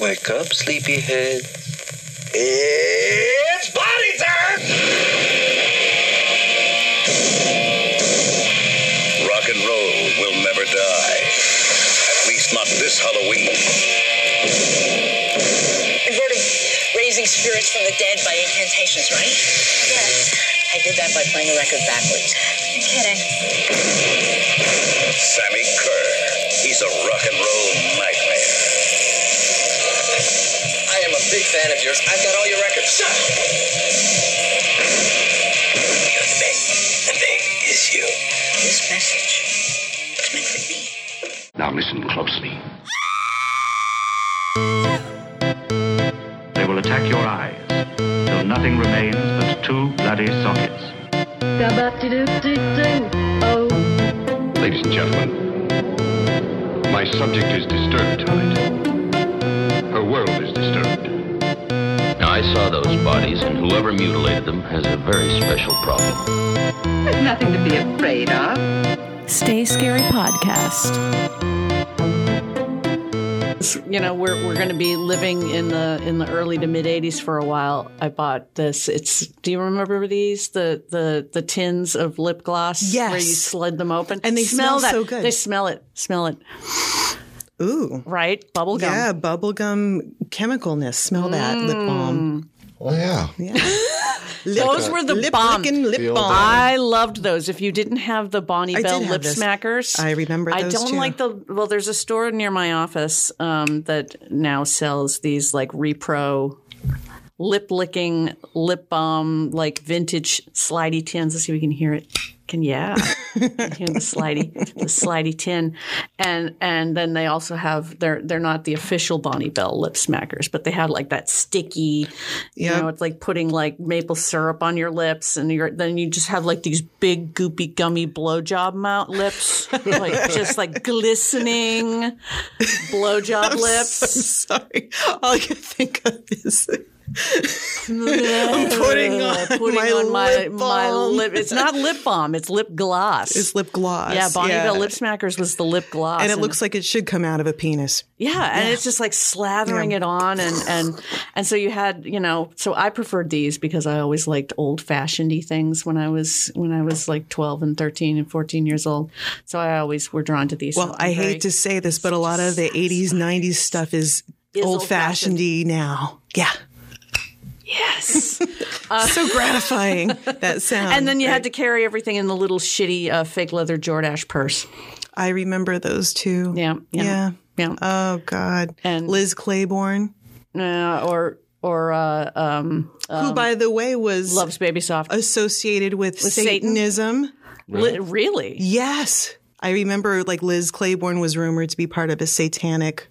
Wake up, sleepyhead. It's body time! Rock and roll will never die. At least not this Halloween. Inverted raising spirits from the dead by incantations, right? Yes. I did that by playing a record backwards. You're kidding. Sammy Kerr. He's a rock and roll nightmare. I am a big fan of yours. I've got all your records. Shut up! You're the best. The thing is you. This message is meant for me. Now listen closely. They will attack your eyes till nothing remains but two bloody sockets. Da-ba-dee-doo-doo-doo. Oh. Ladies and gentlemen, my subject is disturbed tonight. Her world is disturbed. Now, I saw those bodies, and whoever mutilated them has a very special problem. Stay Scary Podcast. you know we're we're going to be living in the in the early to mid 80s for a while i bought this it's do you remember these the the the tins of lip gloss Yes. where you slid them open And they smell that. so good. they smell it smell it Ooh. right bubble gum Yeah, bubblegum chemicalness. Smell that lip Mm. balm. Oh yeah. Lip- Those were the lip bomb. licking lip Feel balm. I loved those. If you didn't have the Bonnie I Bell did have lip this. smackers, I remember I those, don't too. like the. Well, there's a store near my office um, that now sells these like repro lip licking lip balm, like vintage slidey tins. Let's see if we can hear it. Can yeah, You can hear the slidey the slidey tin, and and then they also have they're they're not the official Bonnie Bell lip smackers, but they had like that sticky you Yeah. know, it's like putting like maple syrup on your lips, and you're, then you just have like these big goopy gummy blowjob mount lips, like just like glistening blowjob lips. Sorry. All I can think of is I'm putting on, Uh, putting my, on my lip my balm. lip. It's not lip balm. It's lip gloss. It's lip gloss. Yeah, Bonnie Bell Lip Smackers was the lip gloss, And it looks like it should come out of a penis. Yeah, and it's just like slathering it on, and and and so you had, you know, so I preferred these because I always liked old fashionedy things when I was when I was like twelve and thirteen and fourteen years old. So I always were drawn to these. Well, I hate to say this, but a lot of the 80s, 90s stuff is, Is old fashioned y now. Yeah. yes. so gratifying, that sound. and then you had to carry everything in the little shitty uh, fake leather Jordache purse. I remember those too. Yeah, yeah, Yeah. yeah, Oh, God. And- Liz Claiborne, Uh, or or uh, um, who, by the way, was loves baby Uh, soft. associated with, With Satan? Satanism. Li- really? Yes. I remember like Liz Claiborne was rumored to be part of a satanic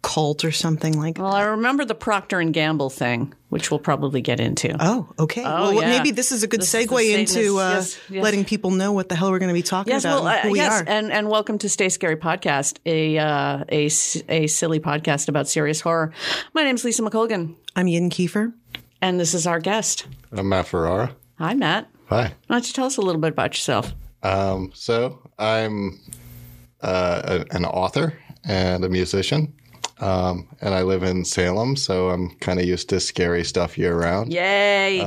cult or something like Well, I remember the Procter and Gamble thing, which we'll probably get into. Oh, okay. well, yeah. maybe this is a good This is the segue Satanist- into uh, yes, yes. letting people know what the hell we're going to be talking Yes, about well, and uh, who we yes, are. and and welcome to Stay Scary Podcast, a uh, a s- a silly podcast about serious horror. My name's Lisa McColgan, I'm Yin Kiefer. and this is our guest. I'm Matt Ferrara. Hi, Matt. Hi. Why don't you tell us a little bit about yourself? Um, so I'm uh, a- an author and a musician. Um, and I live in Salem, so I'm kind of used to scary stuff Uh, year round. Yay!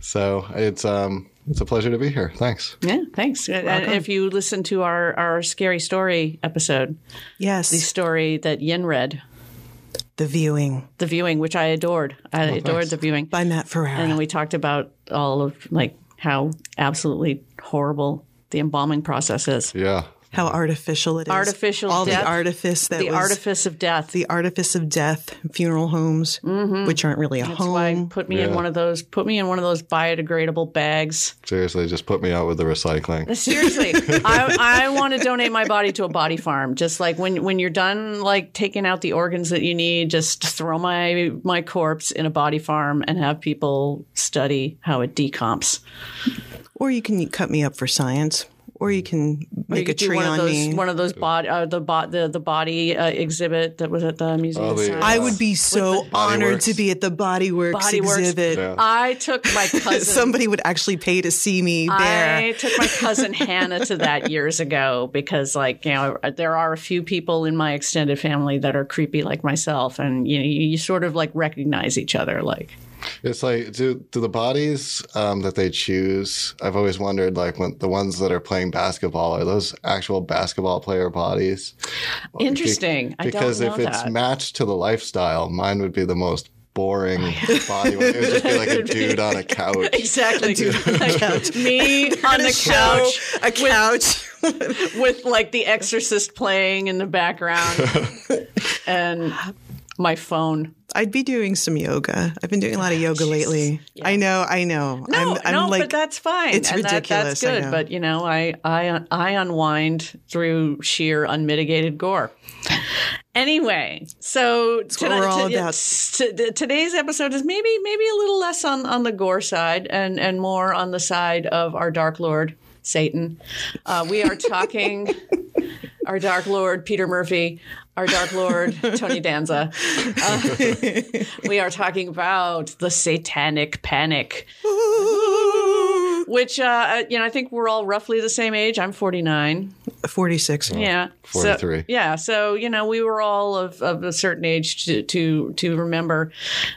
So it's um, it's a pleasure to be here. Thanks. yeah, thanks. And if you listen to our our scary story episode, Yes, the story that Yin read, The Viewing the viewing, which I adored, I adored the viewing, by Matt and then Ferrara. we talked about all of like how absolutely horrible the embalming process is. Yeah. How artificial it is. Artificial All death. the artifice that The was artifice of death. the artifice of death, funeral homes, which aren't really a Mm-hmm. That's home. why put me in Yeah. one of those. Put me in one of those biodegradable bags. Seriously, just put me out with the recycling. Seriously, I, I want to donate my body to a body farm. Just like when when you're done like taking out the organs that you need, just throw my my corpse in a body farm and have people study how it decomps. Or you can cut me up for science or you can Or you make a could do tree one on of those, me. One of those body, uh, the, bo- the the body uh, exhibit that was at the museum. Oh, of the- Science. I would be so honored Works. to be at the Body Works Body Works. exhibit. Yeah. I took my cousin. Somebody would actually pay to see me there. I took my cousin Hannah to that years ago because, like, you know, uh, there are a few people in my extended family that are creepy like myself, and you know, you, you sort of like recognize each other. Like, It's like do do the bodies um, that they choose? I've always wondered, like when the ones that are playing basketball, are those actual basketball player bodies? interesting. I don't because know if it's that. matched to the lifestyle, mine would be the most boring body. It would just be like a dude on a couch. Exactly. Like, me on the couch a couch. with like the exorcist playing in the background and my phone. I'd be doing some yoga. I've been doing a lot of yoga lately. I know, I know. No, I'm, I'm no, like, but that's fine. it's and ridiculous, That, that's I good. know. But you know, I, I I unwind through sheer unmitigated gore. Anyway, so what we're all to- about. to- today's episode is maybe maybe a little less on, on the gore side and and more on the side of our Dark Lord Satan. Uh, we are talking our Dark Lord Peter Murphy, our Dark Lord Tony Danza. Uh, we are talking about the Satanic Panic which uh, you know I think we're all roughly the same age. I'm 49. 46. yeah, 43. So, yeah, so you know we were all of, of a certain age to to to remember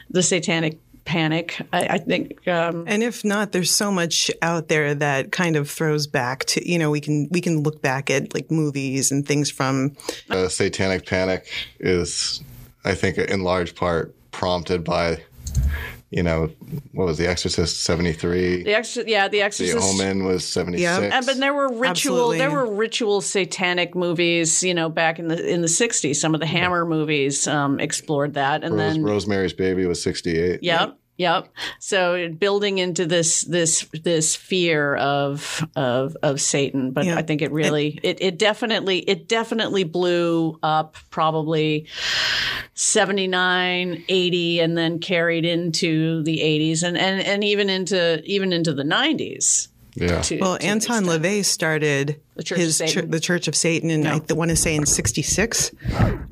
the Satanic Panic. I, I think um, And if not, there's so much out there that kind of throws back to you know we can we can look back at like movies and things from Uh, satanic panic is, I think, in large part prompted by, you know, what was The Exorcist seventy three. the ex- yeah the The Exorcist. Omen was seventy six. Yeah. And, but there were ritual, Absolutely. there were ritual satanic movies, you know, back in the in the '60s. Some of the Hammer movies um, explored that, and Rose, then Rosemary's Baby was sixty eight. Yep. Yep. So building into this this this fear of of of Satan, but Yeah. I think it really it, it definitely it definitely blew up probably 79, 80 and then carried into the 80s and and and even into even into the 90s. Yeah. to- well to an Anton extent. LaVey started The Church of his Satan. the Church of Satan and I want to say in '66,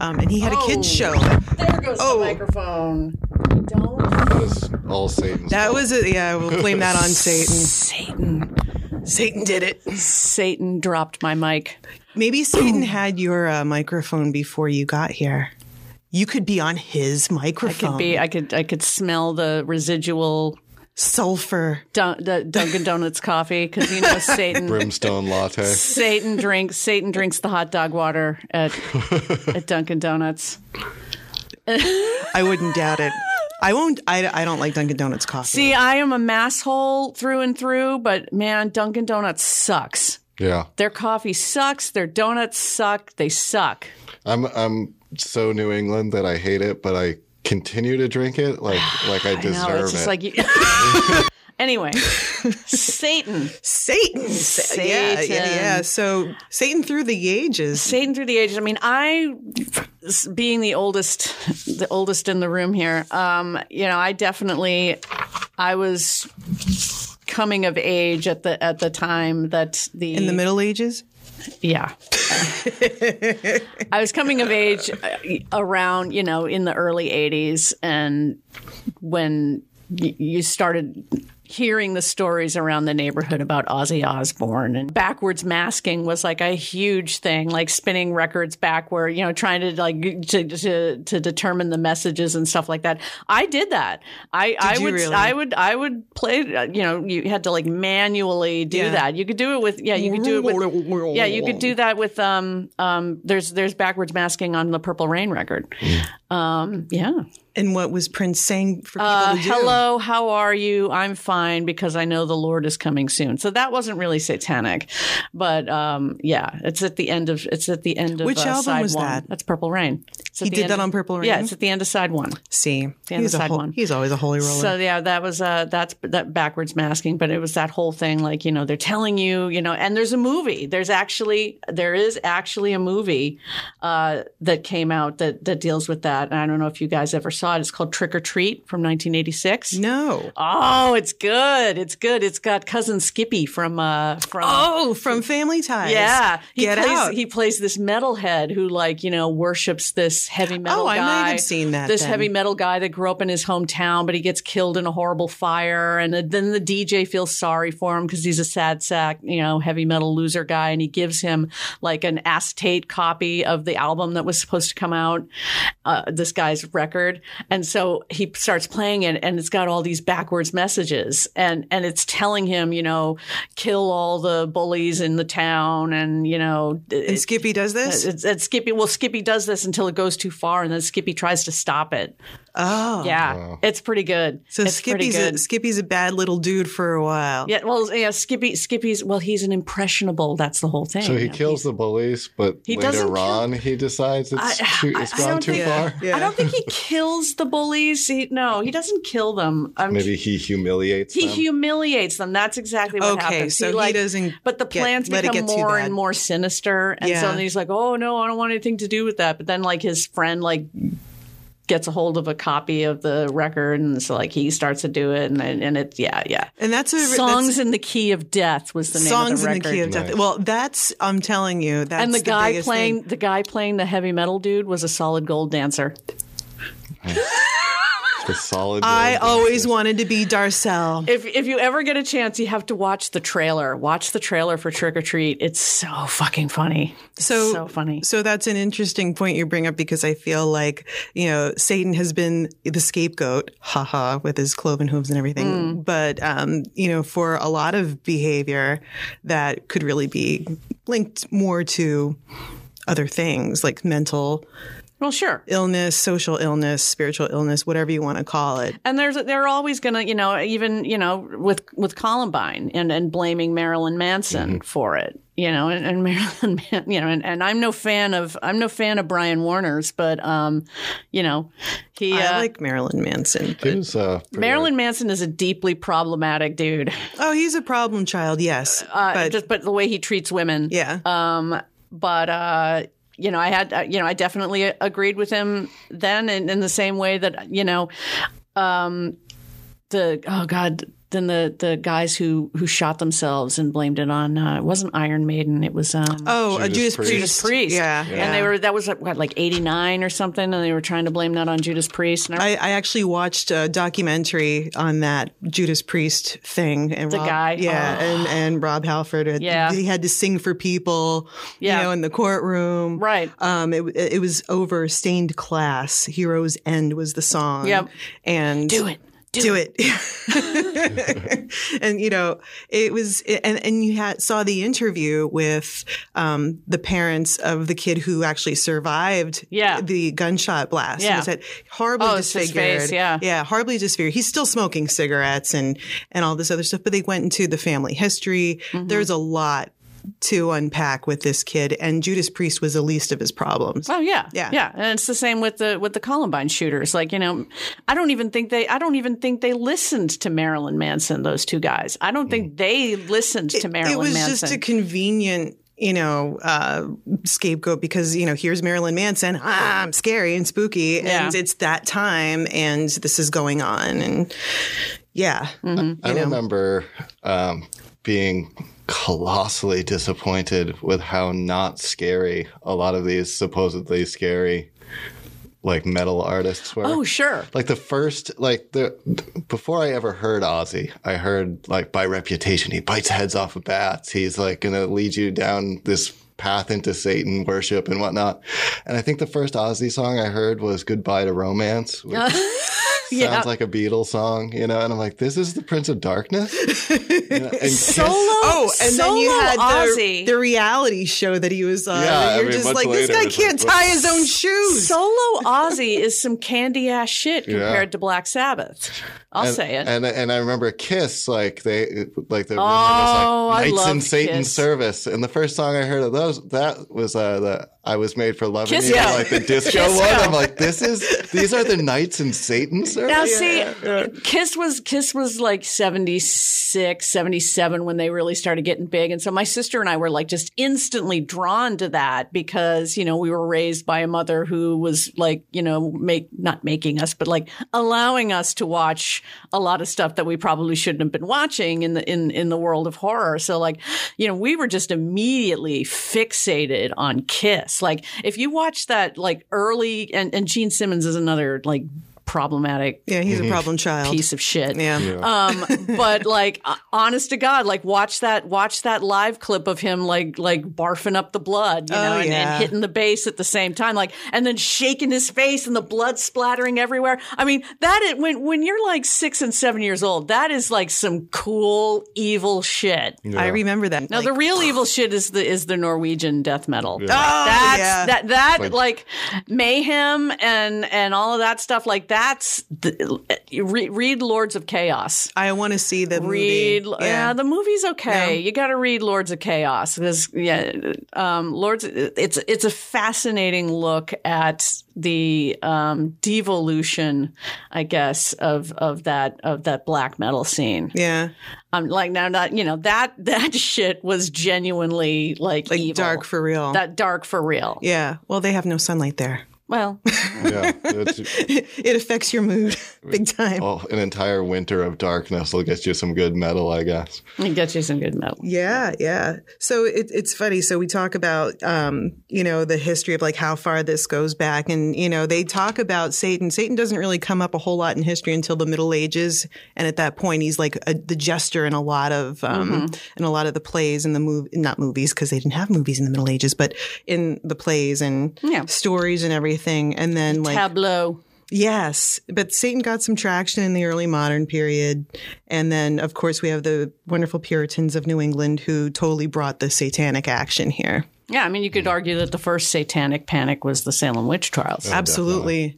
um, and he had a Oh. kids show. There goes Oh. the microphone. Don't was all Satan's. That was it. Yeah, we'll blame that on Satan. Satan. Satan did it. Satan dropped my mic. Maybe Satan had your uh, microphone before you got here. You could be on his microphone. Could be I could I could smell the residual sulfur. Dun- the Dunkin' Donuts coffee because you know Satan. brimstone latte. Satan drinks. Satan drinks the hot dog water at at Dunkin' Donuts. I wouldn't doubt it. I won't. I, I don't like Dunkin' Donuts coffee. See, I am a masshole through and through, but man, Dunkin' Donuts sucks. Yeah, Their coffee sucks. Their donuts suck. They suck. I'm I'm so New England that I hate it, but I continue to drink it like like I I deserve know, it's just it. like you. anyway, Satan. Satan. Satan. Yeah, yeah, yeah. So Satan through the ages. Satan through the ages. I mean, I, being the oldest, the oldest in the room here, um, you know, I definitely, I was coming of age at the at the time that the In the Middle Ages, yeah. I was coming of age uh, around, you know, in the early 80s and when y- you started hearing the stories around the neighborhood about Ozzy Osbourne and backwards masking was like a huge thing, like spinning records backward, you know, trying to like to to, to determine the messages and stuff like that. I did that. I I you would really? I would I would play, uh, you know, you had to like manually do Yeah. that. You could do it with yeah, you could do it with yeah, you could do that with um um. There's there's backwards masking on the Purple Rain record. Hmm. Um, Uh, yeah. and what was Prince saying for people Uh, to do? hello, how are you? I'm fine because I know the Lord is coming soon. So that wasn't really satanic, but um, yeah, it's at the end of it's at the end of Which uh, album side was one. that? That's Purple Rain. It's at He the did end that of- on Purple Rain? Yeah, it's at the end of side one. See, Yeah, the he's a side hol- one. he's always a holy roller. So yeah, that was uh that's that backwards masking, but it was that whole thing like, you know, they're telling you, you know, and there's a movie. There's actually there is actually a movie uh that came out that that deals with that. And I don't know if you guys ever saw it. It's called Trick or Treat from Mm. 1986. no. Oh, it's good. It's good. It's got cousin Skippy from uh from Oh, from Family Ties. yeah, he Get plays out. he plays this metalhead who like you know worships this heavy metal. Oh, I guy, might have seen that This then. heavy metal guy that grew up in his hometown, but he gets killed in a horrible fire, and then the DJ feels sorry for him because he's a sad sack, you know, heavy metal loser guy, and he gives him like an acetate copy of the album that was supposed to come out, uh, this guy's record, and so he starts playing it, and it's got all these backwards messages, and and it's telling him, you know, kill all the bullies in the town, and you know, and Skippy does this. it's, it's Skippy. Well, Skippy does this until it goes too far, and then Skippy tries to stop it. oh, Yeah, it's pretty good. So it's pretty Skippy's good. a, Skippy's a bad little dude for a while. yeah, well, yeah, Skippy. Skippy's well, he's an impressionable. That's the whole thing. So you he know. kills the bullies, but He doesn't later kill- on he decides it's, I- too, I- it's I gone don't too think- far. I don't think he kills the bullies. He, no, he doesn't kill them. I'm Maybe he humiliates He them. humiliates them. That's exactly what Okay, happens. so he doesn't But the get- plans let it become get too more bad. and more sinister, and so Yeah. then he's like, "Oh no, I don't want anything to do with that." But then, like his friend, like gets a hold of a copy of the record, and so like he starts to do it, and and it, yeah, yeah. And that's a Songs that's, in the Key of Death was the name of songs the in record. the key of death. Well, that's I'm telling you. That's and the, guy biggest playing thing. the guy playing the heavy metal dude was a solid gold dancer. The solid. I gold always dancer. wanted to be Darcel. If if you ever get a chance, you have to watch the trailer. Watch the trailer for Trick or Treat. It's so fucking funny. It's So, so funny. So that's an interesting point you bring up because I feel like, you know, Satan has been the scapegoat, haha, with his cloven hooves and everything. Mm. But, um, you know, for a lot of behavior that could really be linked more to other things like mental Well, sure. illness, social illness, spiritual illness, whatever you want to call it. And there's they're always going to, you know, even, you know, with with Columbine and and blaming Marilyn Manson for it, you know, and, and Marilyn, Man, you know, and, and I'm no fan of I'm no fan of Brian Warner's, but um, you know, he uh, I like Marilyn Manson. He was, uh, pretty- Marilyn Manson is a deeply problematic dude. Oh, he's a problem child, yes. Uh, but just uh, but the way he treats women, yeah. Um, but uh you know i had uh, you know i definitely agreed with him then and in the same way that you know um the oh god then the the guys who who shot themselves and blamed it on uh, it wasn't iron maiden it was um oh, a Judas Judas Priest. Priest. Judas Priest, Yeah. and they were that was like, what like eighty nine or something, and they were trying to blame that on Judas Priest. And I, I, I actually watched a documentary on that Judas Priest thing, and The Rob, guy? yeah, Oh. and and Rob Halford, had, Yeah. he had to sing for people, Yeah. you know, in the courtroom, Right. Um, it it was over stained glass. Heroes End was the song, Yep. and do it, do, do it. and you know, it was, and and you had saw the interview with um, the parents of the kid who actually survived, Yeah. the gunshot blast. Yeah. He said horribly Oh, it's his disfigured, face, yeah. yeah, horribly disfigured. He's still smoking cigarettes and and all this other stuff. But they went into the family history. Mm-hmm. There's a lot to unpack with this kid, and Judas Priest was the least of his problems. Oh yeah, Yeah. yeah. And it's the same with the with the Columbine shooters. Like you know, I don't even think they I don't even think they listened to Marilyn Manson. Those two guys. I don't Hmm. think they listened to Marilyn it was Manson. just a convenient you know uh scapegoat because you know here's marilyn manson ah, i'm scary and spooky and Yeah. it's that time and this is going on and yeah uh, Mm-hmm. I remember um, being colossally disappointed with how not scary a lot of these supposedly scary like metal artists were. oh sure. like the first like the before I ever heard Ozzy, I heard like by reputation he bites heads off of bats. He's like gonna lead you down this path into Satan worship and whatnot. And I think the first Ozzy song I heard was Goodbye to Romance, which Yeah. sounds like a Beatles song, you know, and I'm like, this is the Prince of Darkness? You know, and Solo. Oh, and solo then you had the, Ozzy. the reality show that he was on. Yeah, and I you're mean, just much like, this later, guy it's can't like, tie his own shoes. Solo Ozzy is some candy ass shit compared to Black Sabbath. I'll and, say it. And and I remember Kiss, like they like the rumor was Oh, I like Knights in loved Satan's Kiss. service. And the first song I heard of those that was uh the I was made for loving Kiss you, Go. like the disco Kiss one. Go. I'm like, this is these are the knights in Satan service. Now see, Kiss was Kiss was like 76, 77 when they really started getting big and so my sister and I were like just instantly drawn to that because, you know, we were raised by a mother who was like, you know, make not making us but like allowing us to watch a lot of stuff that we probably shouldn't have been watching in the in in the world of horror. So like, you know, we were just immediately fixated on Kiss. Like if you watch that like early and and Gene Simmons is another like problematic Yeah, he's Mm-hmm. a problem child. piece of shit. yeah. Um, but like, uh, honest to God, like watch that, watch that live clip of him like, like barfing up the blood, you know, Oh, and, yeah. and hitting the bass at the same time, like, and then shaking his face and the blood splattering everywhere. I mean, that is, when when you're like six and seven years old, that is like some cool evil shit. I remember that. Now Like, the real evil shit is the is the Norwegian death metal. Like, Oh, that's yeah. that that Like- like, mayhem and and all of that stuff. Like that's the, re, read Lords of Chaos. I want to see the Read movie. yeah. the movie's okay. Yeah. You got to read Lords of Chaos because yeah, um, Lords it's it's a fascinating look at the um, devolution, I guess, of of that of that black metal scene. yeah, I'm like now not you know that that shit was genuinely like, like evil. dark for real. that dark for real. yeah. Well, they have no sunlight there. Well, yeah, it's- it affects your mood big time. well, an entire winter of darkness will get you some good metal, I guess. it gets you some good metal. Yeah, yeah. So it, it's funny. So we talk about, um, you know, the history of like how far this goes back, and you know, they talk about Satan. Satan doesn't really come up a whole lot in history until the Middle Ages, and at that point, he's like a, the jester in a lot of um, in a lot of the plays and the move, not movies because they didn't have movies in the Middle Ages, but in the plays and Yeah. stories and everything. And then like Tableau. Yes, but Satan got some traction in the early modern period. And then, of course, we have the wonderful Puritans of New England who totally brought the satanic action Oh, here. Yeah, I mean, you could argue that the first satanic panic was the Salem witch trials. Absolutely.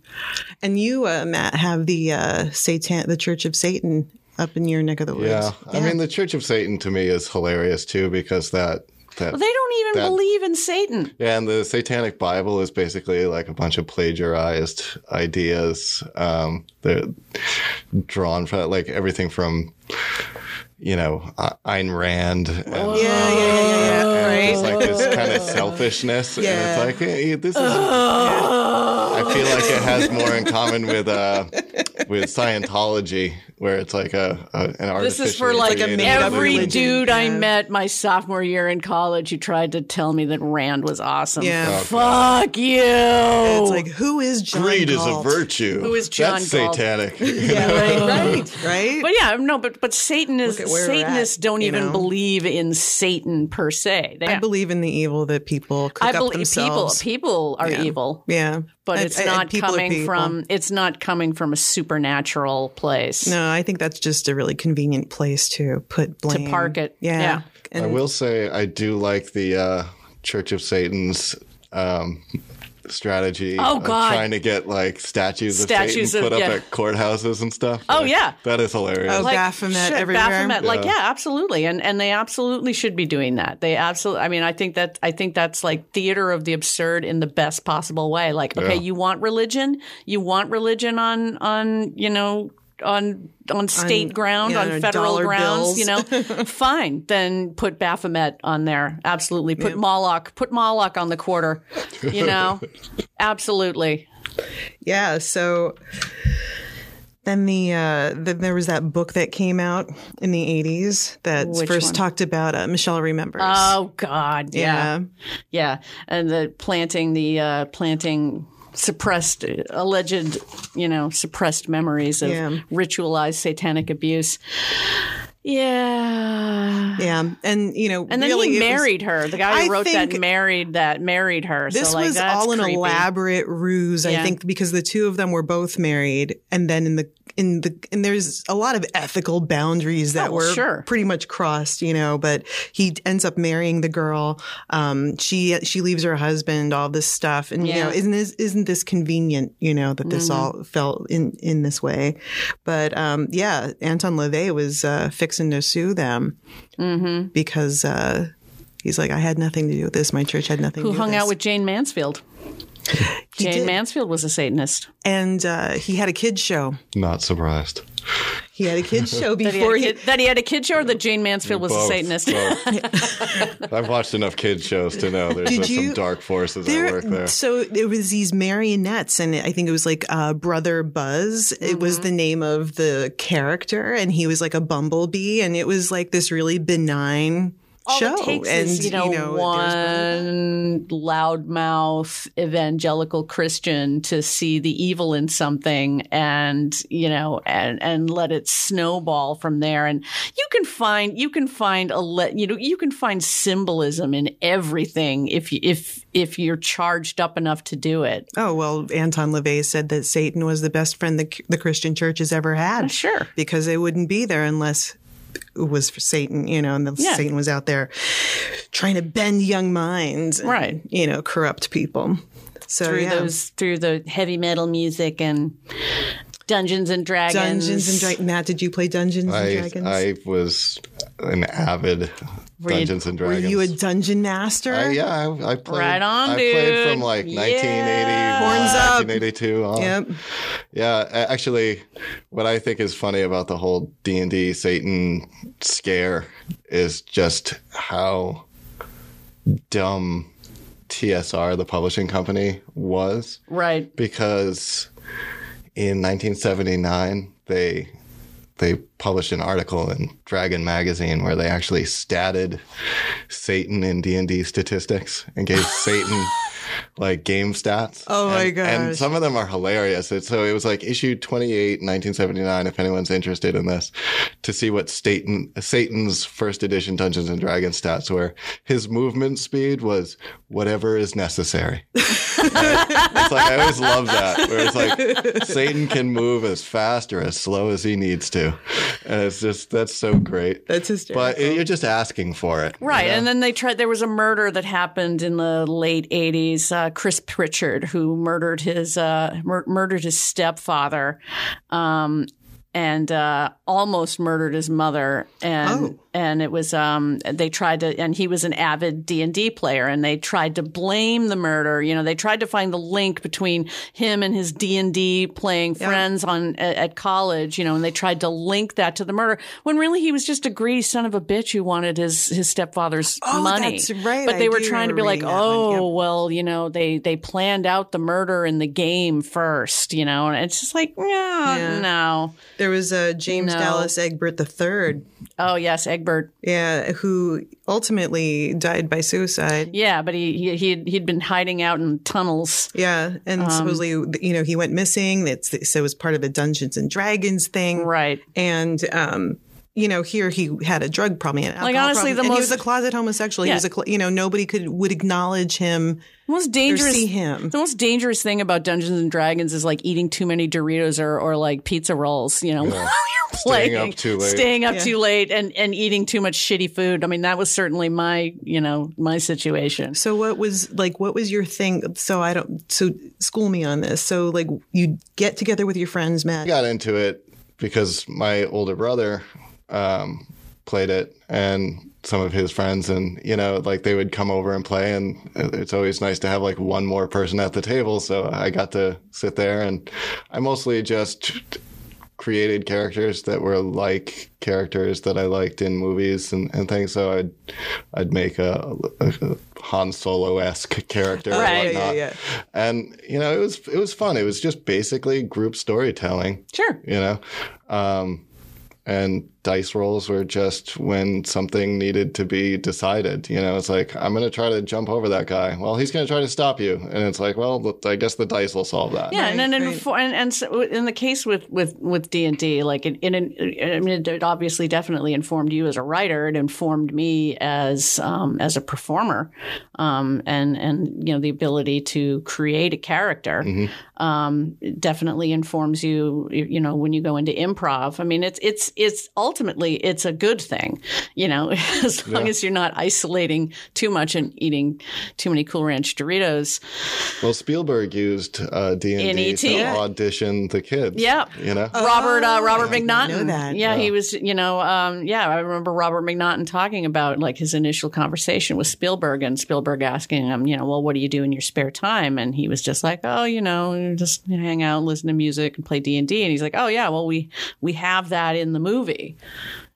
And you, uh, Matt, have the uh, Satan, the Church of Satan up in your neck of the woods. Yeah. I mean, the Church of Satan to me is hilarious too because that that They don't even That- believe in Satan. Yeah, and the Satanic Bible is basically like a bunch of plagiarized ideas. Um, they're drawn from like everything from, you know, I- Ayn Rand. And, yeah, yeah, yeah, yeah, and Just right. like this kind of selfishness. Yeah. And it's like, eh, this is. I feel like it has more in common with. Uh, with Scientology, where it's like a, a an artificial. This is for like every religion. dude I Yeah. met my sophomore year in college who tried to tell me that Rand was awesome. Yeah. Oh, Fuck you. It's like, who is John? Oh, Greed is a Galt? virtue. Who is John That's Galt? satanic. Yeah, right, right, right. But yeah, no, but but Satan is Look at where we're at, Satanists don't you even know? believe in Satan per se. They, I believe in the evil that people cook I up believe people themselves. people are Yeah. evil, yeah, but And- it's and not people are coming people. from it's not coming from a supernatural place. No, I think that's just a really convenient place to put blame. park it. Yeah. Yeah. And I will say I do like the uh, Church of Satan's um, strategy Oh, of God. trying to get like statues, of Statues Satan of- put up yeah. at courthouses and stuff. Oh, Like, yeah. that is hilarious. Oh, Baphomet shit, everywhere. Baphomet, like yeah, absolutely, and and they absolutely should be doing that. They absolutely. I mean, I think that I think that's like theater of the absurd in the best possible way. Like, okay, you want religion, you want religion on on you know on on state ground, yeah, on on federal dollar grounds, bills. you know, fine. Then put Baphomet on there. Absolutely, put Moloch, put Moloch on the quarter. You know, absolutely. yeah. So then the uh, then there was that book that came out in the eighties that Which first one? talked about uh, Michelle remembers. Oh God, yeah. yeah. Yeah, and the planting the uh, planting suppressed alleged you know suppressed memories of Yeah. ritualized satanic abuse. Yeah. yeah, and you know, And then really he it was- married her. The guy who I wrote that think- married that married her. This so, like, was that's all an creepy. elaborate ruse, I Yeah. think, because the two of them were both married, and then in the in the and there's a lot of ethical boundaries that Oh, were sure. pretty much crossed, you know. But he ends up marrying the girl. Um, she she leaves her husband, all this stuff, and you know, Yeah. Mm-hmm. isn't this isn't this convenient? You know that this all fell in in this way, but um, Mm-hmm. yeah, Anton Levey was uh, fixing to sue them because. Uh, He's like, I had nothing to do with this. My church had nothing Who to do hung with this. out with Jane Mansfield? He Jane did. Mansfield was a Satanist. And uh, he had a kids show. Not surprised. He had a kids show That he, had before a he. kid, that he had a kid show or that Jane Mansfield was a Both, Satanist? both. I've watched enough kids shows to know there's Did uh, you- some dark forces at There, work there. so it was these marionettes, and I think it was like uh, Brother Buzz. It Mm-hmm. was the name of the character, and he was like a bumblebee, and it was like this really benign All show. it takes and is, you know, there's one loudmouth evangelical Christian to see the evil in something and, you know, and, and let it snowball from there. And you can find, you can find a, le- you know, you can find symbolism in everything if you, if, if you're charged up enough to do it. Oh well, Anton LaVey said that Satan was the best friend the, the Christian church has ever had. Sure. because they wouldn't be there unless it was for Satan, you know, and then Yeah. Satan was out there trying to bend young minds, and, Right. You know, corrupt people. So through yeah. those through the heavy metal music and Dungeons and Dragons. Dungeons and Dragons. Matt, did you play Dungeons and I, Dragons? I was an avid you- Dungeons and Were Dragons. you a dungeon master? I, yeah, I, I played. Right on, I played dude. from like Yeah. 1980, Horns 1982 up. on. Yep. uh, Yeah, a- actually, what I think is funny about the whole D and D Satan scare is just how dumb TSR, the publishing company, was Right. because in 1979 they they published an article in Dragon magazine where they actually statted Satan in D&D statistics and gave Satan like game stats. Oh my And- And gosh. some of them are hilarious. It's, so it was like issue 28 1979 if anyone's interested in this to see what Satan Satan's first edition Dungeons and Dragons stats were. His movement speed was whatever is necessary. It's like I always love that, where it's like Satan can move as fast or as slow as he needs to, and it's just that's so great. That's hysterical. but you're just asking for it, Right. you know? And then they tried, there was a murder that happened in the late 80s. Uh, Chris Pritchard, who murdered his, uh, mur- murdered his stepfather. Um, and uh, almost murdered his mother, and Oh. and it was um, they tried to, and he was an avid D and D player, and they tried to blame the murder. You know, they tried to find the link between him and his D and D playing friends on at, at college. You know, and they tried to link that to the murder when really he was just a greedy son of a bitch who wanted his his stepfather's Oh, money. that's right. But I they were do trying to be remember like, reading that one. Yep. oh, well, you know, they they planned out the murder in the game first, you know, and it's just like, no, no. there was uh, James No. Dallas Egbert III, Oh yes, Egbert. yeah, who ultimately died by suicide. Yeah, but he he he'd, he'd been hiding out in tunnels. Yeah, and Um, supposedly, you know, he went missing. It's so it was part of a Dungeons and Dragons thing, Right. and um you know here he had a drug problem and Like, alcohol honestly, problem, the and he was a most- closet homosexual he Yeah. was a cl- you know nobody could would acknowledge him The most dangerous see him. The most dangerous thing about Dungeons and Dragons is like eating too many Doritos or, or like pizza rolls, you know. while you're Staying playing. up too late. Staying up Yeah. too late and, and eating too much shitty food. I mean, that was certainly my, you know, my situation. so what was like what was your thing so i don't so school me on this so like you get together with your friends matt got into it because my older brother um, played it and some of his friends and you know like they would come over and play and it's always nice to have like one more person at the table so i got to sit there and i mostly just created characters that were like characters that i liked in movies and, and things so i'd i'd make a, a, a han solo-esque character or Right. whatnot. yeah yeah and you know it was it was fun it was just basically group storytelling Sure. you know um, and dice rolls were just when something needed to be decided you know it's like i'm going to try to jump over that guy well he's going to try to stop you and it's like well th- i guess the dice will solve that Yeah, and then in, right. before, and and so in the case with with with D and D, like in, in, in I mean, it obviously definitely informed you as a writer. It informed me as um, as a performer, um, and and you know the ability to create a character um, it definitely informs you. You know when you go into improv. I mean, it's it's it's ultimately it's a good thing, you know, as long as you're not isolating too much and eating too many Cool Ranch Doritos. Well, Spielberg used uh, In D&D E.T. to Yeah. audition the kids. Yep. You know? Robert uh, Robert Oh. I didn't McNaughton. know that. Oh. Yeah, he was. You know, um, yeah, I remember Robert McNaughton talking about like his initial conversation with Spielberg, and Spielberg asking him, you know, well, what do you do in your spare time? And he was just like, oh, you know, just hang out, listen to music, and play D and D. And he's like, oh yeah, well we we have that in the movie.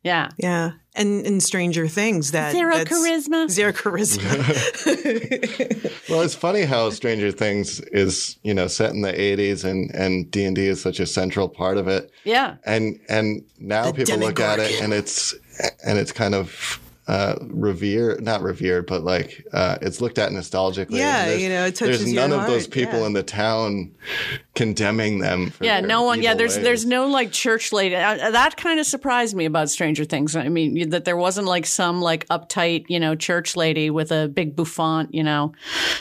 Yeah, Yeah. And in Stranger Things, that Zero that's- charisma. Zero charisma. Well, it's funny how Stranger Things is, you know, set in the 80s and, and D&D is such a central part of it. yeah. and and now The people look at it demigorgon. and it's and it's kind of uh, revered, not revered, but like uh, it's looked at nostalgically. Yeah, And there's- you know, it there's touches your none of those heart, people yeah. in the town condemning them. For Yeah, their no one. Yeah, evil there's there's ways. no like church lady. Uh, That kind of surprised me about Stranger Things. I mean, that there wasn't like some like uptight, you know, church lady with a big bouffant, you know,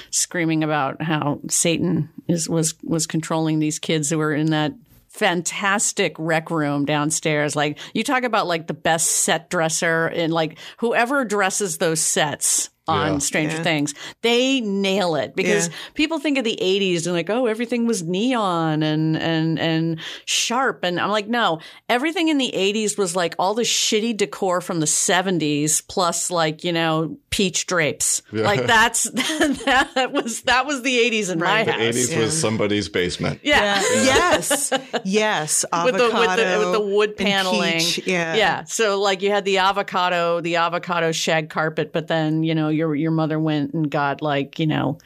screaming about how Satan is was was controlling these kids who were in that fantastic rec room downstairs like you talk about like the best set dresser and like whoever dresses those sets on Yeah. stranger things they nail it because Yeah. people think of the 80s and like oh everything was neon and and and sharp and i'm like no everything in the 80s was like all the shitty decor from the 70s plus like you know peach drapes like that's that was that was the 80s in Right. my The house 80s was somebody's basement. yeah. yes. Yes. With Avocado the, with the with the wood and paneling, peach. Yeah. yeah. So like you had the avocado, the avocado shag carpet, but then you know your your mother went and got like you know,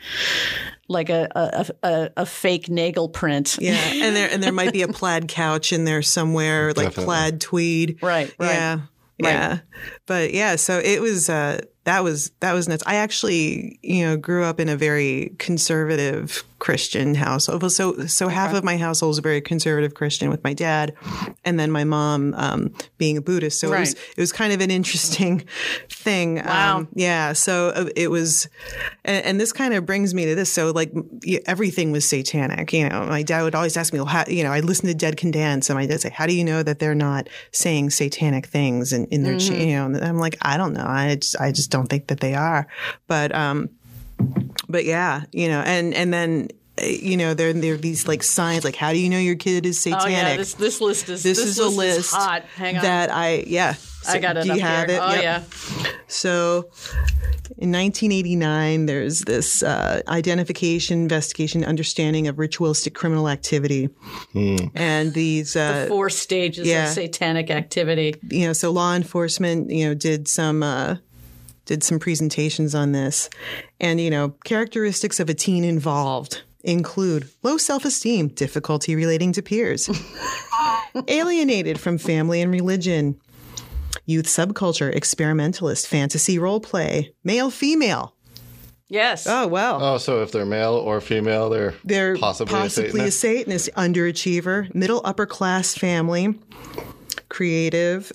like a a, a, a fake nail print, Yeah. And there and there might be a plaid couch in there somewhere, like Definitely. plaid tweed. Right, right. Yeah. Yeah. But yeah, so it was uh that was that was nuts. I actually, you know, grew up in a very conservative Christian household. Well, So so half of my household was very conservative Christian with my dad and then my mom um being a Buddhist. So it was Right. it was kind of an interesting thing. Wow. Um, yeah. So uh, it was, and, and this kind of brings me to this. So like m- y- everything was satanic. You know, my dad would always ask me, well, how, you know, I listen to Dead Can Dance, and my dad say, how do you know that they're not saying satanic things in, in their, ch Mm-hmm. you know, and I'm like, I don't know. I just, I just don't think that they are. But, um, but yeah, you know, and, and then, uh, you know, there, there are these like signs, like, how do you know your kid is satanic? Oh yeah, this this list is this, is a list hot. Hang on, that I yeah. I got it. Do up you have here. it? Oh Yep. yeah. So. In 1989, there's this uh, identification, investigation, understanding of ritualistic criminal activity, and these uh, four stages yeah. of satanic activity. you know, so law enforcement, you know, did some uh, did some presentations on this, and you know, characteristics of a teen involved include low self esteem, difficulty relating to peers, alienated from family and religion, youth subculture, experimentalist, fantasy role play, male female. Yes. Oh wow. Oh, so if they're male or female, they're They're possibly, a a Satanist? Satanist, underachiever, middle upper class family, creative,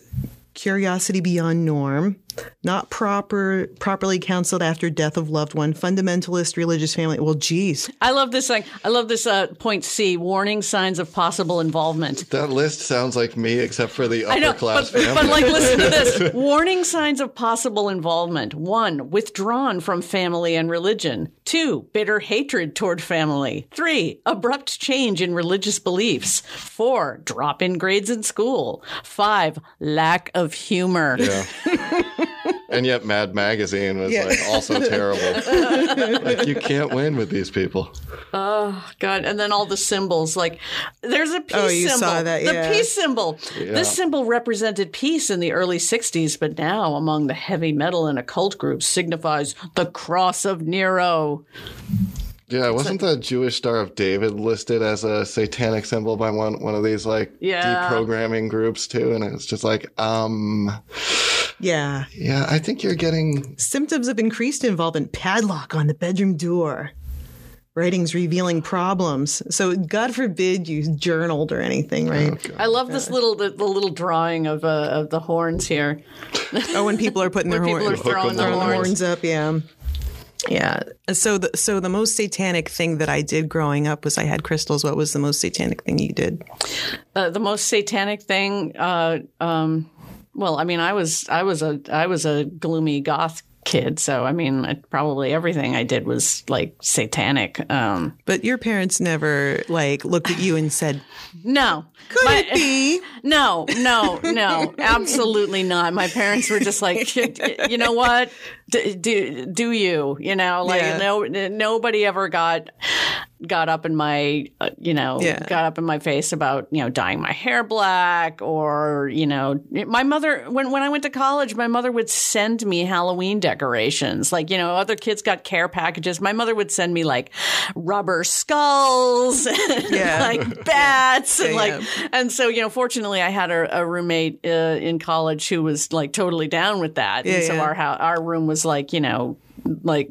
curiosity beyond norm, not proper properly counseled after death of loved one, fundamentalist religious family. Well, geez, I love this thing. I love this uh, point C. Warning signs of possible involvement. That list sounds like me, except for the upper I know, class but, family. but like, listen to this: warning signs of possible involvement. One, withdrawn from family and religion. Two, bitter hatred toward family. Three, abrupt change in religious beliefs. Four, drop in grades in school. Five, lack of humor. Yeah. and yet Mad Magazine was like also terrible. like you can't win with these people. God, and then all the symbols. Like, there's a peace Oh, you symbol. saw that, yeah. The peace symbol. This symbol represented peace in the early 60s, but now among the heavy metal and occult groups signifies the cross of Nero. Yeah, wasn't the Jewish Star of David listed as a satanic symbol by one one of these like Yeah. deprogramming groups too? And it's just like, um, yeah. yeah, I think you're getting Symptoms of increased involvement: padlock on the bedroom door. Writings revealing problems. So, God forbid you journaled or anything, right? Oh, I love this little the, the little drawing of uh, of the horns here. Oh, when people are putting their People are horn- throwing their throwing the horns. horns up. Yeah. Yeah. So the so the most satanic thing that I did growing up was I had crystals. What was the most satanic thing you did? Uh, the most satanic thing. Uh, um, Well, I mean, I was I was a I was a gloomy goth kid, so I mean, I, probably everything I did was like satanic. Um, But your parents never like looked at you and said, no, "Could My- it be?" No, no, no, absolutely not. My parents were just like, "You- you know what, D- do do you? You know, like Yeah. no, nobody ever got got up in my, uh, you know, Yeah. got up in my face about you know dyeing my hair black or you know, my mother when when I went to college, my mother would send me Halloween decorations. Like you know, other kids got care packages. My mother would send me like rubber skulls, and, Yeah. like bats, and Yeah, like yeah. and so you know fortunately i had a, a roommate uh, in college who was like totally down with that and Yeah, so yeah. our hou- our room was like you know like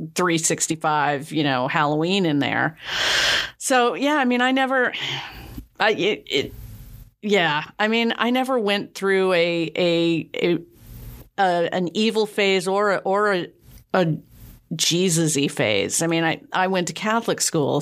365 you know halloween in there so yeah i mean i never i it, it yeah i mean i never went through a a, a, a an evil phase or a, or a, a jesus-y phase i mean i i went to catholic school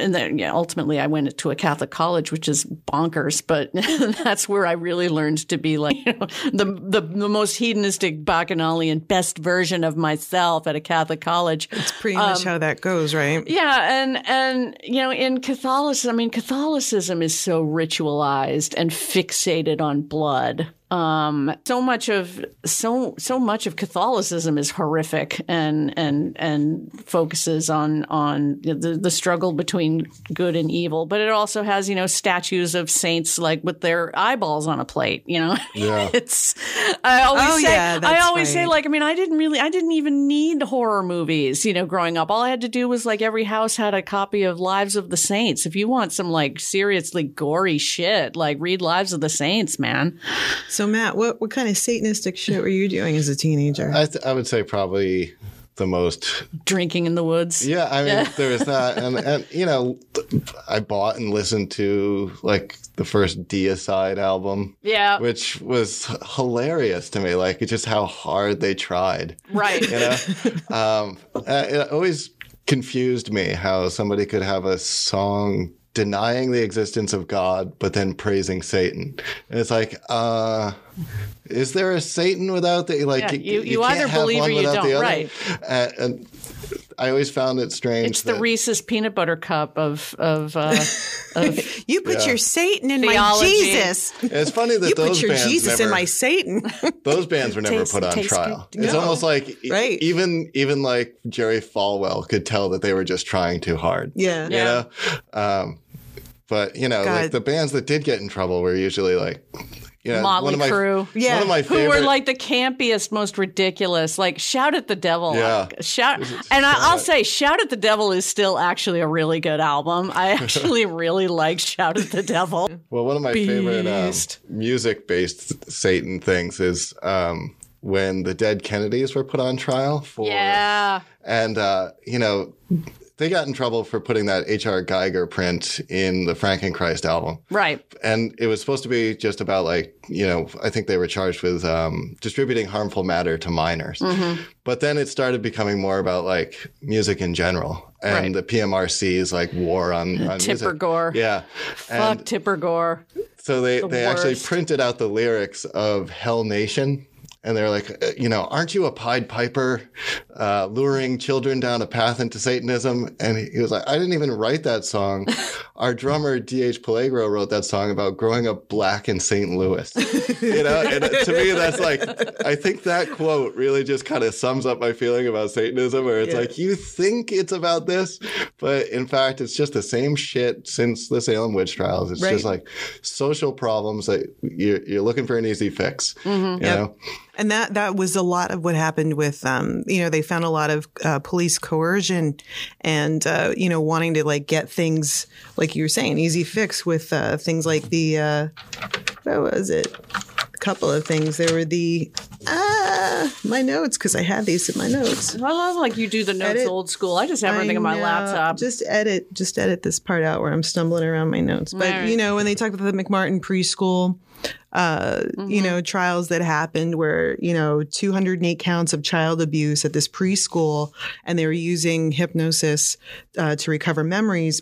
and then yeah, ultimately I went to a Catholic college, which is bonkers, but that's where I really learned to be like you know, the, the the most hedonistic bacchanalian best version of myself at a Catholic college. Pretty much how that goes, right? Yeah, and and you know, in Catholicism, I mean, Catholicism is so ritualized and fixated on blood. Um, so much of so so much of Catholicism is horrific and and and focuses on on the the struggle between good and evil. But it also has you know statues of saints like with their eyeballs on a plate. You know, Yeah. it's I always Oh, say yeah, I that's always say right. like like i mean i didn't really i didn't even need horror movies you know growing up all i had to do was like every house had a copy of lives of the saints if you want some like seriously gory shit like read lives of the saints man So Matt, what what kind of satanistic shit were you doing as a teenager? I, th- I would say probably the most drinking in the woods Yeah, I mean, there was that, and and you know, I bought and listened to like the first Deicide album, yeah which was hilarious to me. Like just how hard they tried. right You know, um, uh, it always confused me how somebody could have a song denying the existence of God, but then praising Satan. And it's like, uh, is there a Satan without the like? Yeah, you- you can't either have believe or one you without don't, the other. right. Uh, and I always found it strange. it's the that- reese's peanut butter cup of of uh of you put Yeah. your Satan in Theology. my Jesus. It's funny that You those put your bands Jesus never, in my Satan. those bands were never Taste- put on taste trial. good. It's No. almost like e- Right. even even like Jerry Falwell could tell that they were just trying too hard. yeah. You know? Um, but you know, like God. the bands that did get in trouble were usually like you know, Motley one of my Crue. one Yeah. of my who favorite were like the campiest, most ridiculous, like shout at the devil. Yeah. Like, shout, and I, I'll say, shout at the devil is still actually a really good album. I actually really like shout at the devil. Well, one of my favorite um, Beast. music-based Satan things is um, when the Dead Kennedys were put on trial for, Yeah, and uh, you know, they got in trouble for putting that H.R. Geiger print in the Frankenchrist album, right. and it was supposed to be just about like you know, I think they were charged with um, distributing harmful matter to minors, Mm-hmm. but then it started becoming more about like music in general and Right. the PMRC's like war on, on Tipper music. Gore. yeah, and Fuck Tipper Gore. so they, The they actually worst. printed out the lyrics of Hell Nation. And they're like, uh, you know, aren't you a Pied Piper uh, luring children down a path into Satanism? And he- he was like, I didn't even write that song. Our drummer, D.H. Pellegro, wrote that song about growing up black in St. Louis. you know, and uh, to me, that's like, I think that quote really just kind of sums up my feeling about Satanism, where it's Yeah. like, you think it's about this, but in fact, it's just the same shit since the Salem witch trials. It's just Right. like, social problems that you're, you're looking for an easy fix. Mm-hmm. You Yep. know, And that that was a lot of what happened with um you know they found a lot of uh, police coercion and uh, you know wanting to like get things like you were saying easy fix with uh, things like the uh, what was it a couple of things there were the ah my notes because I had these in my notes I love like you do the notes Edit. old school. I just have I everything on my know. laptop. Just edit, just edit this part out where I'm stumbling around my notes. But Alright. you know, when they talk about the McMartin preschool, uh, you know, Mm-hmm. trials that happened where you know 208 counts of child abuse at this preschool, and they were using hypnosis uh, to recover memories.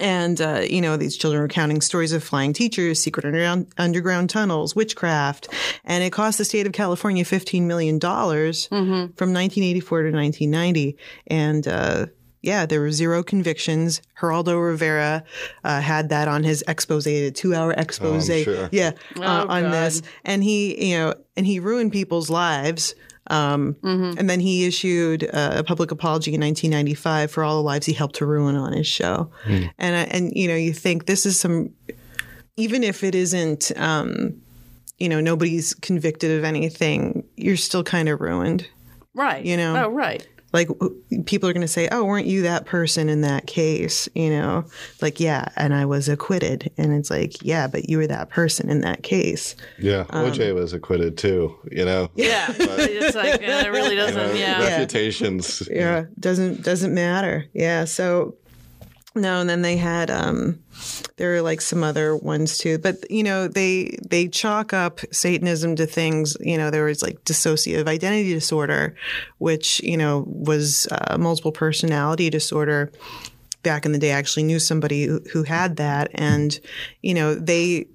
and uh, you know these children were counting stories of flying teachers secret underground, underground tunnels witchcraft and it cost the state of california $15 million from 1984 to 1990 and uh, yeah, there were zero convictions. Geraldo Rivera uh, had that on his expose, a two-hour expose. sure. Yeah, uh, Oh, on God. this, and he, you know, and he ruined people's lives. Um, Mm-hmm. And then he issued uh, a public apology in 1995 for all the lives he helped to ruin on his show. And I, and you know, you think this is some, even if it isn't, um, you know, nobody's convicted of anything, you're still kind of ruined Right. You know. Oh, right. like w- people are going to say oh weren't you that person in that case you know like yeah and i was acquitted and it's like yeah but you were that person in that case Yeah, OJ was acquitted too. You know, Um, Yeah. it's like, uh, it really Uh, doesn't. Yeah. reputations. yeah doesn't doesn't matter yeah so no and then they had um there were like some other ones too but you know they they chalk up satanism to things you know there was like dissociative identity disorder which you know was uh, multiple personality disorder back in the day I actually knew somebody who, who had that and you know they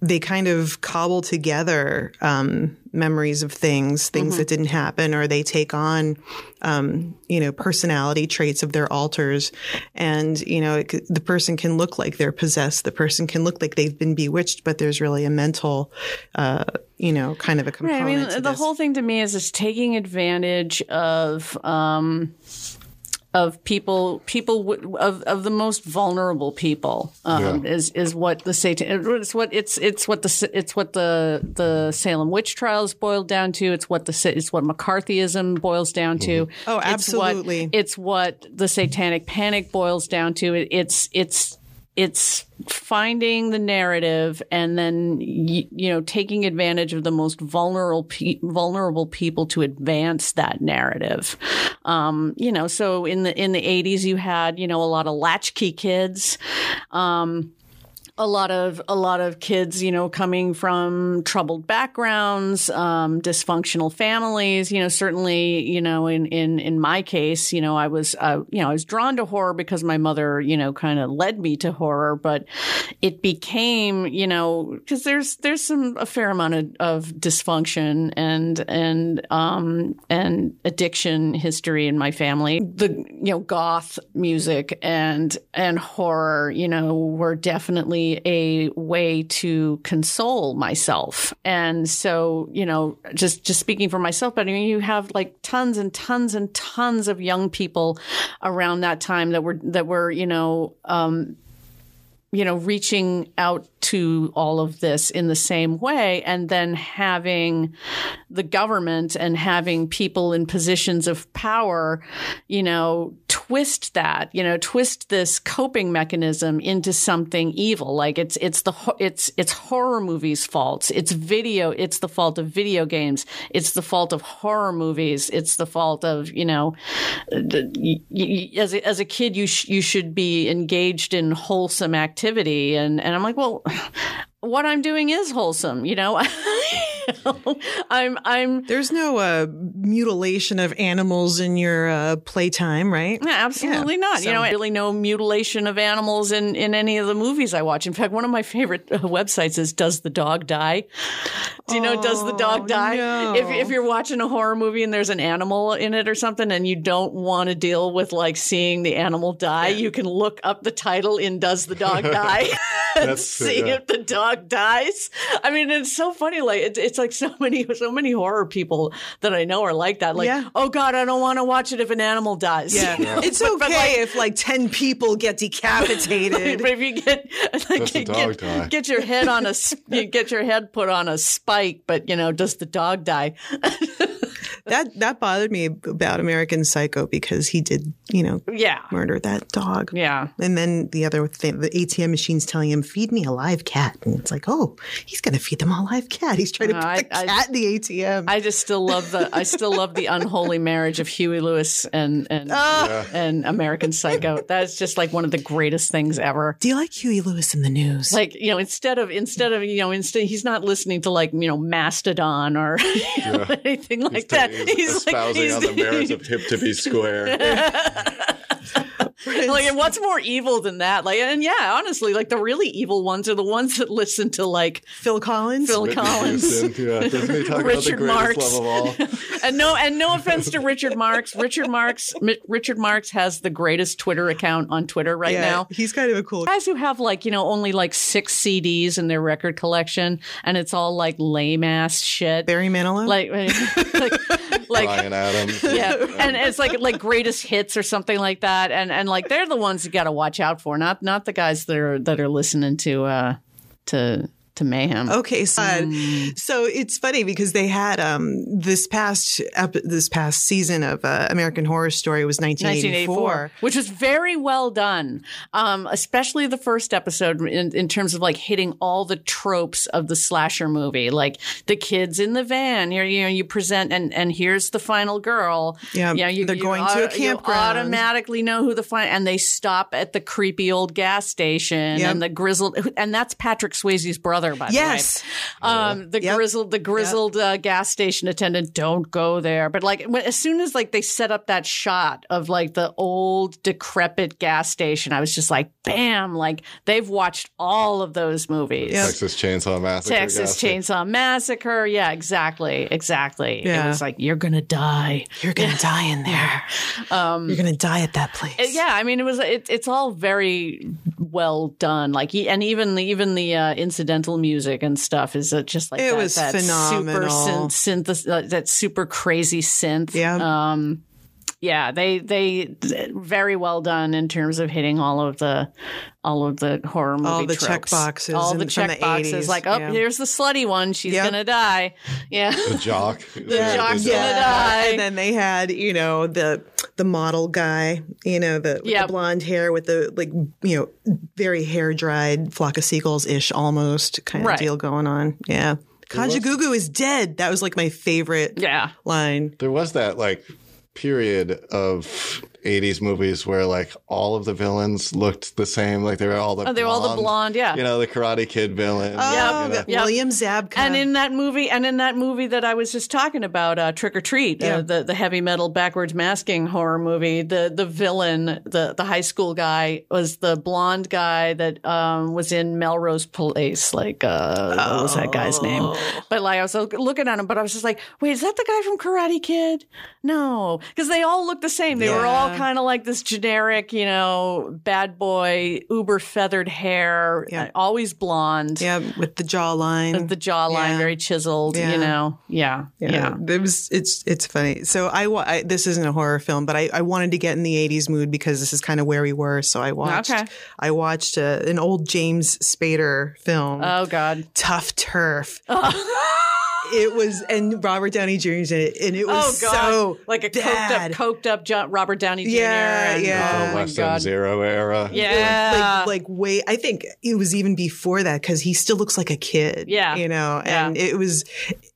they kind of cobble together um, memories of things things Mm-hmm. that didn't happen or they take on um, you know personality traits of their alters and you know it, c- the person can look like they're possessed the person can look like they've been bewitched but there's really a mental uh, you know kind of a Right, component I mean, to the this. whole thing to me is it's taking advantage of um, of people people w- of of the most vulnerable people um, is is what the Satan it's what it's it's what the sa- it's what the the Salem witch trials boiled down to. It's what the sa- it's what McCarthyism boils down to. Oh, It's what- absolutely. It's what, the Satanic Panic boils down to. It, it's it's it's finding the narrative and then y- you know taking advantage of the most vulnerable pe- vulnerable people to advance that narrative. Um, you know, so in the in the eighties, you had you know a lot of latchkey kids. Um, a lot of a lot of kids, you know, coming from troubled backgrounds, um, dysfunctional families. You know, certainly, you know, in in in my case, you know, I was, uh, you know, I was drawn to horror because my mother, you know, kind of led me to horror. But it became, you know, because there's there's some a fair amount of, of dysfunction and and um and addiction history in my family. The you know goth music and and horror, you know, were definitely a way to console myself. And so, you know, just just speaking for myself, but I mean, you have like tons and tons and tons of young people around that time that were that were you know um, you know, reaching out to all of this in the same way, and then having the government and having people in positions of power, you know, twist that, you know, twist this coping mechanism into something evil. Like it's it's the ho- it's it's horror movies' faults. It's video. It's the fault of video games. It's the fault of horror movies. It's the fault of you know y- y- as a, as a kid, you sh- you should be engaged in wholesome activity, and and I'm like, well, what I'm doing is wholesome, you know. I'm I'm there's no uh, mutilation of animals in your uh, playtime right Yeah, absolutely not. You know, I really no mutilation of animals in, in any of the movies I watch. In fact, one of my favorite uh, websites is Does the Dog Die? Do you know Does the Dog Die? no. If, if you're watching a horror movie and there's an animal in it or something and you don't want to deal with like seeing the animal die, you can look up the title in Does the Dog Die? and That's true, see yeah. if the dog dies. I mean, it's so funny. Like it, it's like so many so many horror people that I know are like that. Like, Yeah. oh god, I don't want to watch it if an animal dies. It's okay if like 10 people get decapitated. But if you get like, the dog die? get, get your head on a s- you get your head put on a spike, but you know, does the dog die? that that bothered me about American Psycho because he did, you know, Yeah, murder that dog. yeah. And then the other thing, the ATM machine's telling him, feed me a live cat. And it's like, oh, he's going to feed them a live cat. He's trying to No, put Uh, I- the I- cat in the ATM. I just still love the I still love the unholy marriage of Huey Lewis and and and American Psycho. That's just like one of the greatest things ever. Do you like Huey Lewis in the news? like you know instead of instead of you know instead he's not listening to like you know mastodon or you know, anything like that He's like espousing on the merits of hip to be square. like, and what's more evil than that? Like, and yeah, honestly, like the really evil ones are the ones that listen to like Phil Collins. Phil Whitney Collins. Houston, yeah, doesn't he talk about the greatest Richard Marx. love of all? and no, and no offense to Richard Marx. Richard Marx, M- Richard Marx has the greatest Twitter account on Twitter right Yeah, now. he's kind of a cool. Guys who have like you know only like six CDs in their record collection, and it's all like lame ass shit. Barry Manilow. like, like, like Brian Adams. yeah, and it's like like greatest hits or something like that, and and like they're the ones you got to watch out for, not not the guys that are that are listening to uh to to mayhem. Okay, so, Mm. so it's funny because they had um, this past ep- this past season of uh, American Horror Story was 1984. 1984, which was very well done, um, especially the first episode in, in terms of like hitting all the tropes of the slasher movie, like the kids in the van. Here, you know, you present and and here's the final girl. Yeah, you know, you, they're you going to a auto- campground. You automatically know who the final, and they stop at the creepy old gas station Yep. and the grizzled, and that's Patrick Swayze's brother, by the way. Yes, Um, the Yep. grizzled, the grizzled uh, gas station attendant. Don't go there. But like, when, as soon as like they set up that shot of like the old decrepit gas station, I was just like, bam! Like they've watched all of those movies. Yep. Texas Chainsaw Massacre. Texas guy. Chainsaw Massacre. Yeah, exactly, exactly. Yeah. It was like you're gonna die. you're gonna die in there. you're gonna die at that place. It- Um, Uh, yeah, I mean, it was. It, it's all very well done. Like, e- and even the even the uh, incidental music and stuff is uh, just like It that, was that Super phenomenal. synth, synth uh, that super crazy synth. Yeah. Um, yeah, they they very well done in terms of hitting all of the all of the horror movie All the tropes. checkboxes all in- the from the check boxes. 80s, Like, oh, yeah. here's the slutty one. She's Yep. gonna die. Yeah, The jock. The jock's gonna die. And then they had, you know, the the model guy, you know, the, with the Yep. blonde hair with the like, you know, very hair dried flock of seagulls ish almost kind of Right. deal going on. Yeah. Kajagoogoo is dead. That was like my favorite yeah. line. There was that like period of 80s movies where like all of the villains looked the same. Like they were all the Oh, they were all the blonde, yeah. You know, the Karate Kid villain. Oh, you know. that Yep. William Zabka. And in that movie, and in that movie that I was just talking about, uh, Trick or Treat, Yeah. uh, the the heavy metal backwards masking horror movie, the the villain, the the high school guy was the blonde guy that um, was in Melrose Place. Like, uh, what was that guy's name? Oh. But like, I was looking at him, but I was just like, wait, is that the guy from Karate Kid? No, because they all look the same. They were all kind of like this generic, you know, bad boy, uber feathered hair, Yeah. uh, always blonde yeah, with the jawline. the jawline Yeah. very chiseled Yeah. you know yeah yeah, it was it's it's funny. So I, wa- I this isn't a horror film, but I, I wanted to get in the '80s mood because this is kind of where we were. So I watched Okay. I watched uh, an old James Spader film, oh god Tough Turf. It was and Robert Downey Jr.'s in it, and it oh was god so like a bad. coked up coked up jo- robert downey jr Yeah, and- yeah. oh The my Western god Zero era. yeah like, like way I think it was even before that because he still looks like a kid. Yeah. you know, Yeah. and it was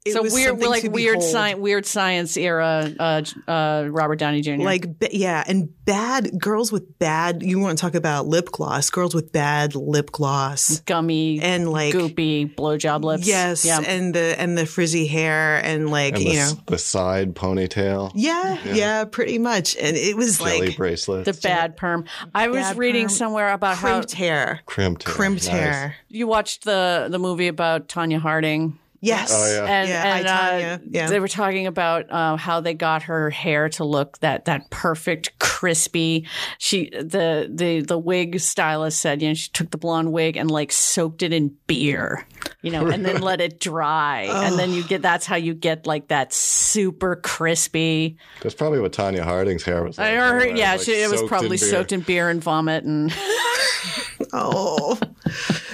it so was weird something like to weird behold. science weird science era uh j- uh robert downey jr Like, b- yeah, and bad girls with bad. You want to talk about lip gloss? Girls with bad lip gloss gummy and like goopy blowjob lips yes, yeah and the and the frizzy hair and like And the, you know, s- the side ponytail. yeah, yeah, pretty much. And it was Jelly like bracelet. the bad perm i was Bad reading perm, somewhere about how crimped hair, crimped hair. crimped Nice. hair. you watched the the movie about tanya harding Yes, Oh, yeah. and, yeah, and, I, uh, Tanya, yeah. they were talking about uh, how they got her hair to look that that perfect crispy. She the the the wig stylist said, you know, she took the blonde wig and like soaked it in beer, you know, and then let it dry, and then you get that's how you get like that super crispy. That's probably what Tanya Harding's hair was like. I heard, Like, yeah, she, it was soaked beer. probably soaked in beer and vomit, and oh,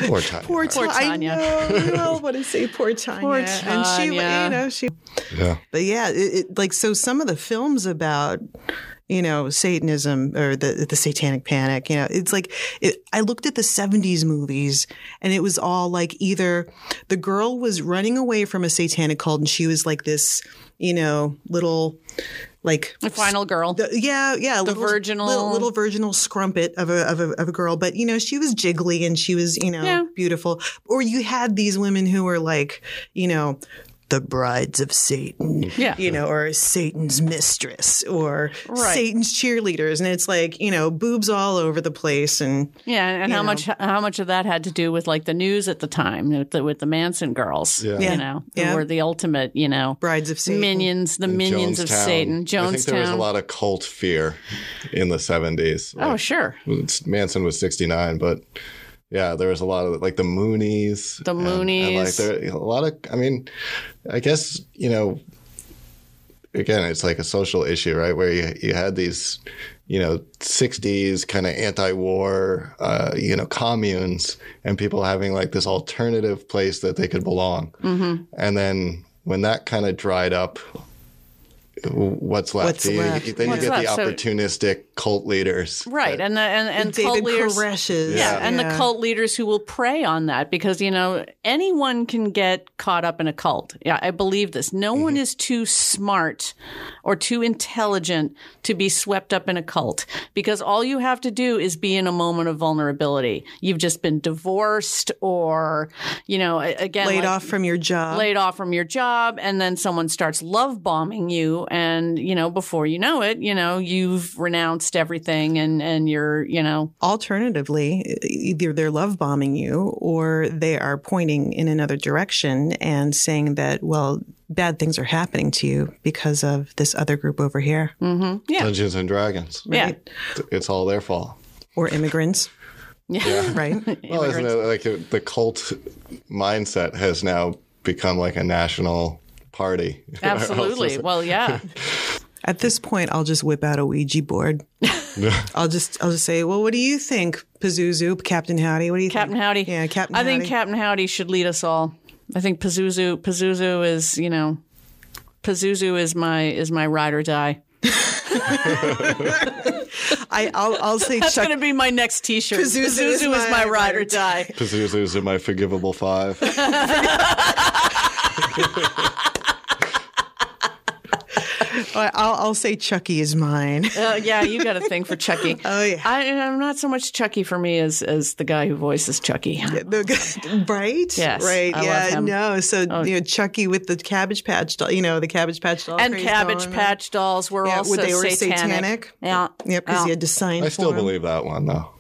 Poor Tanya. poor, Harding. Tanya. Tanya. I know. You don't want to say poor Tanya. Poor And she, Tanya. you know, she Yeah. But yeah, it, it, like so, some of the films about you know Satanism or the the Satanic Panic, you know, it's like it, I looked at the '70s movies, and it was all like either the girl was running away from a satanic cult, and she was like this, you know, little like the final girl. the- yeah, yeah, the virginal- little, little virginal scrumpet of a, of a of a girl, but you know she was jiggly and she was you know Yeah. beautiful. Or you had these women who were like you know the brides of Satan, Yeah. you know, or Satan's mistress or Right. Satan's cheerleaders. And it's like, you know, boobs all over the place. And Yeah, and how know. much how much of that had to do with like the news at the time with the, with the Manson girls, Yeah. Yeah. you know, Yeah. who were the ultimate, you know, brides of Satan. minions, the minions of Jonestown. Satan, I think there was a Jonestown. lot of cult fear in the 70s. Oh, Like, sure, it's- Manson was 69, but yeah, there was a lot of like the Moonies. The and- and, Moonies. like there, a lot of, I mean, I guess, you know, again, it's like a social issue, right? Where you, you had these, you know, 60s kind of anti war, uh, you know, communes and people having like this alternative place that they could belong. Mm-hmm. And then when that kind of dried up, What's left? What's So you- left? Then What's you get left? the So- opportunistic cult leaders, right, and the, and and David cult leaders, Koreshes. yeah, and the cult leaders who will prey on that because you know anyone can get caught up in a cult. Yeah, I believe this. No Mm-hmm. one is too smart or too intelligent to be swept up in a cult because all you have to do is be in a moment of vulnerability. You've just been divorced or you know a- again Laid like- off from your job. laid off from your job and then someone starts love bombing you and you know before you know it you know you've renounced everything and and you're you know Alternatively, e- either they're love bombing you or they are pointing in another direction and saying that, well, bad things are happening to you because of this other group over here Yeah. Dungeons and Dragons. Mm, yeah It's all their fault. or immigrants, yeah right? Well, isn't it like uh, the cult mindset has now become like a national party? absolutely well yeah At this point, I'll just whip out a Ouija board. I'll just I'll just say, well, what do you think, Pazuzu, Captain Howdy? What do you captain think? howdy Yeah, Captain i think Howdy. captain howdy should lead us all i think pazuzu pazuzu is you know pazuzu is my is my ride or die I, I'll I'll say that's Chuck going to be my next t-shirt Pazuzu pazuzu, is is, my, my ride or die Pazuzu's in my forgivable five. I- I'll, I'll say Chucky is mine. Uh, yeah, you got a thing for Chucky. Oh, yeah. I, am not so much Chucky for me as as the guy who voices Chucky. The g- right? Yes, Right. I love yeah. him. Oh. No. So you know, Chucky with the Cabbage Patch doll. You know, the Cabbage Patch doll. And craze Cabbage going on. Patch dolls were Yeah, also they were satanic. satanic. Yeah, Yep, because he had to Oh. sign. I still for 'em. believe that one though.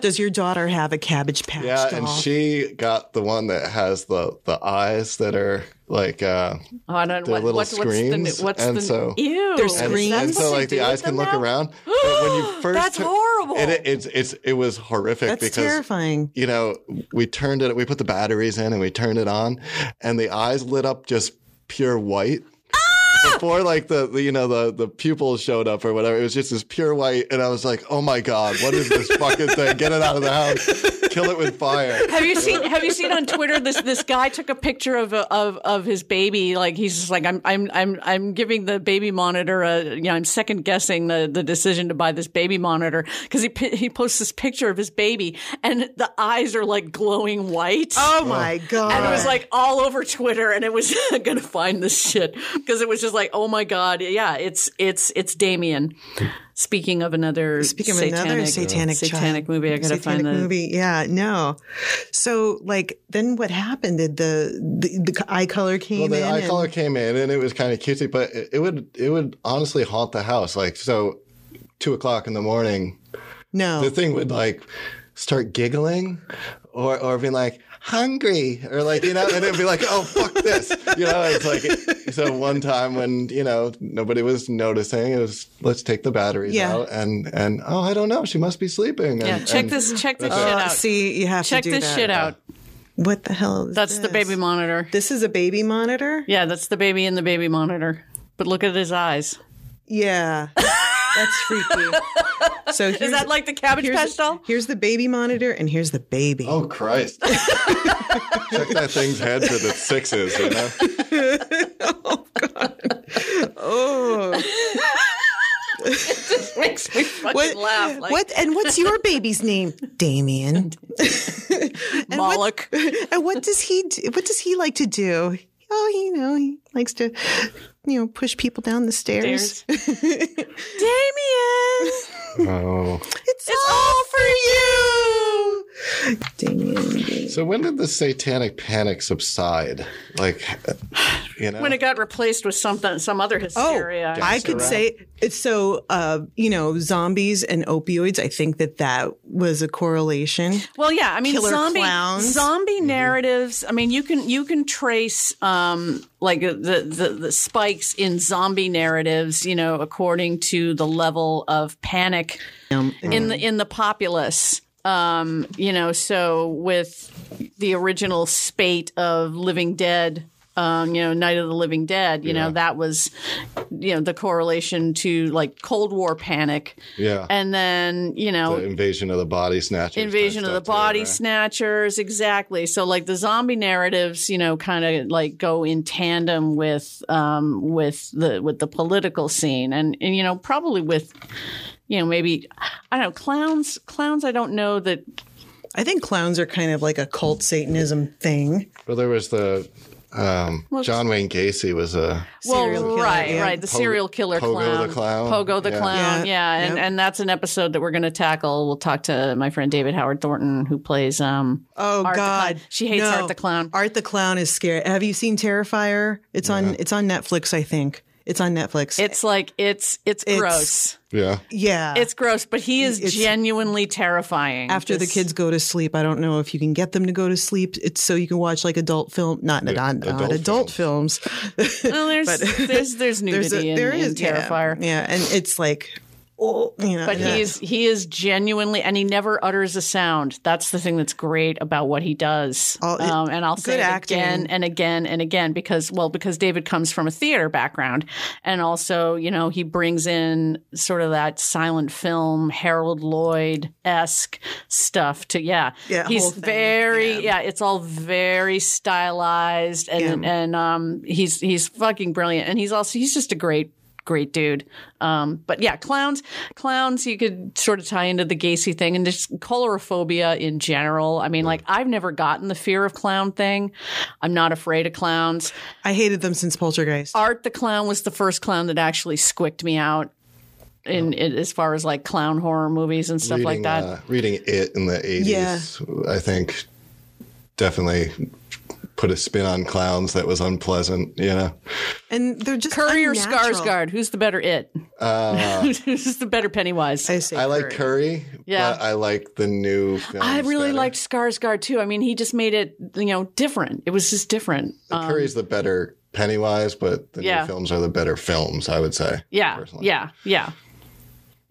Does your daughter have a Cabbage Patch Yeah, doll? and she got the one that has the the eyes that are like uh Oh, I don't, Their what, little what's, What's screens, the, what's and the so- ew? Their is that screens. what and so they like the do eyes with can them look now? around. But when you first That's horrible. And it, it's it's it was horrific That's because terrifying. you know, we turned it, we put the batteries in and we turned it on, and the eyes lit up just pure white. Ah! Before like the, the you know the the pupils showed up or whatever, it was just this pure white, and I was like, oh my god, what is this fucking thing? Get it out of the house, kill it with fire. Have you seen? Have you seen on Twitter this this guy took a picture of a, of of his baby? Like he's just like I'm I'm I'm I'm giving the baby monitor a you know I'm second guessing the the decision to buy this baby monitor because he pi- he posts this picture of his baby and the eyes are like glowing white. Oh my god! And it was like all over Twitter, and it was gonna find this shit because it was just like, oh my god, yeah, it's it's it's Damien. Speaking of another Speaking of satanic, another satanic satanic child. movie, I gotta satanic find the movie. Yeah, no. So like, then what happened? Did the the, the eye color came Well, in? the eye and- color came in, and it was kind of cutesy, but it, it would it would honestly haunt the house. Like so, two o'clock in the morning, no. Oh. the thing would like start giggling or or being like hungry or like you know and it'd be like oh fuck this you know it's like so one time when you know nobody was noticing it was let's take the batteries Yeah. out and and oh i don't know she must be sleeping Yeah, and, check and- this check this that's shit it. Uh, out. See, you have check to do this that. shit out. What the hell? Is That's the this? baby monitor. This is a baby monitor. Yeah, that's the baby in the baby monitor. But look at his eyes. Yeah. That's freaky. So Is here's- that like the Cabbage here's, Patch doll? Here's the baby monitor and here's the baby. oh christ check that thing's head for the sixes you know Makes me fucking What, laugh. Like, what and what's your baby's name? Damien. and Moloch? What, and what does he do, what does he like to do? Oh, you know, he likes to you know, push people down the stairs. Stairs. Damien, oh It's, all for you. Damien. So when did the satanic panic subside? Like, you know, When it got replaced with something, some other hysteria. Oh, I could say it's so. Uh, you know, zombies and opioids. I think that that was a correlation. Well, yeah, I mean, Killer zombie clowns. Mm-hmm. zombie narratives. I mean, you can you can trace um, like uh, the, the the spikes in zombie narratives, you know, according to the level of panic Mm-hmm. in the in the populace. Um, you know, so with the original spate of Living Dead. Um, you know, Night of the Living Dead. You know that was, you know, the correlation to like Cold War panic, yeah, and then you know the invasion of the body snatchers. Invasion type of the stuff, too, Body right? Snatchers, exactly. So like the zombie narratives, you know, kind of like go in tandem with um, with the with the political scene, and and you know probably with you know maybe I don't know clowns clowns. I don't know that I think clowns are kind of like a cult Satanism thing. Well, there was the um, John Wayne Gacy was uh, a Well, serial killer, right, yeah. right. The Pogo- serial killer Pogo clown. the clown, Pogo the yeah. clown. Yeah. Yeah, And, yep. and that's an episode that we're going to tackle. We'll talk to my friend David Howard Thornton, who plays. Um, Oh Art the God, Clown. She hates Art the Clown. Art the Clown is scary. Have you seen Terrifier? It's on. It's on Netflix. I think it's on Netflix. it's like, it's, it's, It's- gross. yeah. yeah. It's gross, but he is It's- genuinely terrifying. after the This- kids go to sleep. I don't know if you can get them to go to sleep. It's so you can watch like adult film, not not adult adult, adult films. Well, there's, there's there's nudity There's a, in, there in is Terrifier. Yeah, yeah, and it's like, oh, you know. But yeah. he is he is genuinely, and he never utters a sound. That's the thing that's great about what he does. All- um, and I'll say good it acting. again and again and again because well, because David comes from a theater background, and also you know he brings in sort of that silent film Harold Lloyd esque stuff to yeah. Yeah, he's whole thing. very Yeah. yeah. It's all very stylized and and um he's he's fucking brilliant and he's also he's just a great great dude. Um, but yeah, clowns, clowns, you could sort of tie into the Gacy thing and just colorophobia in general. I mean, like I've never gotten the fear of clown thing. I'm not afraid of clowns. I hated them since Poltergeist. Art the clown was the first clown that actually squicked me out in, in as far as like clown horror movies and stuff like reading, that. uh, reading it in the 80s, I think definitely put a spin on clowns that was unpleasant, you know? and they're just Curry or unnatural. Skarsgård? Who's the better it? Who's the better Pennywise? I say Uh, I like Curry. Curry, Yeah. but I like the new film. I really better. liked Skarsgård too. I mean, he just made it, you know, different. It was just different. The Curry's the better Pennywise, but the um, Yeah. new films are the better films, I would say. Yeah. personally. Yeah. Yeah.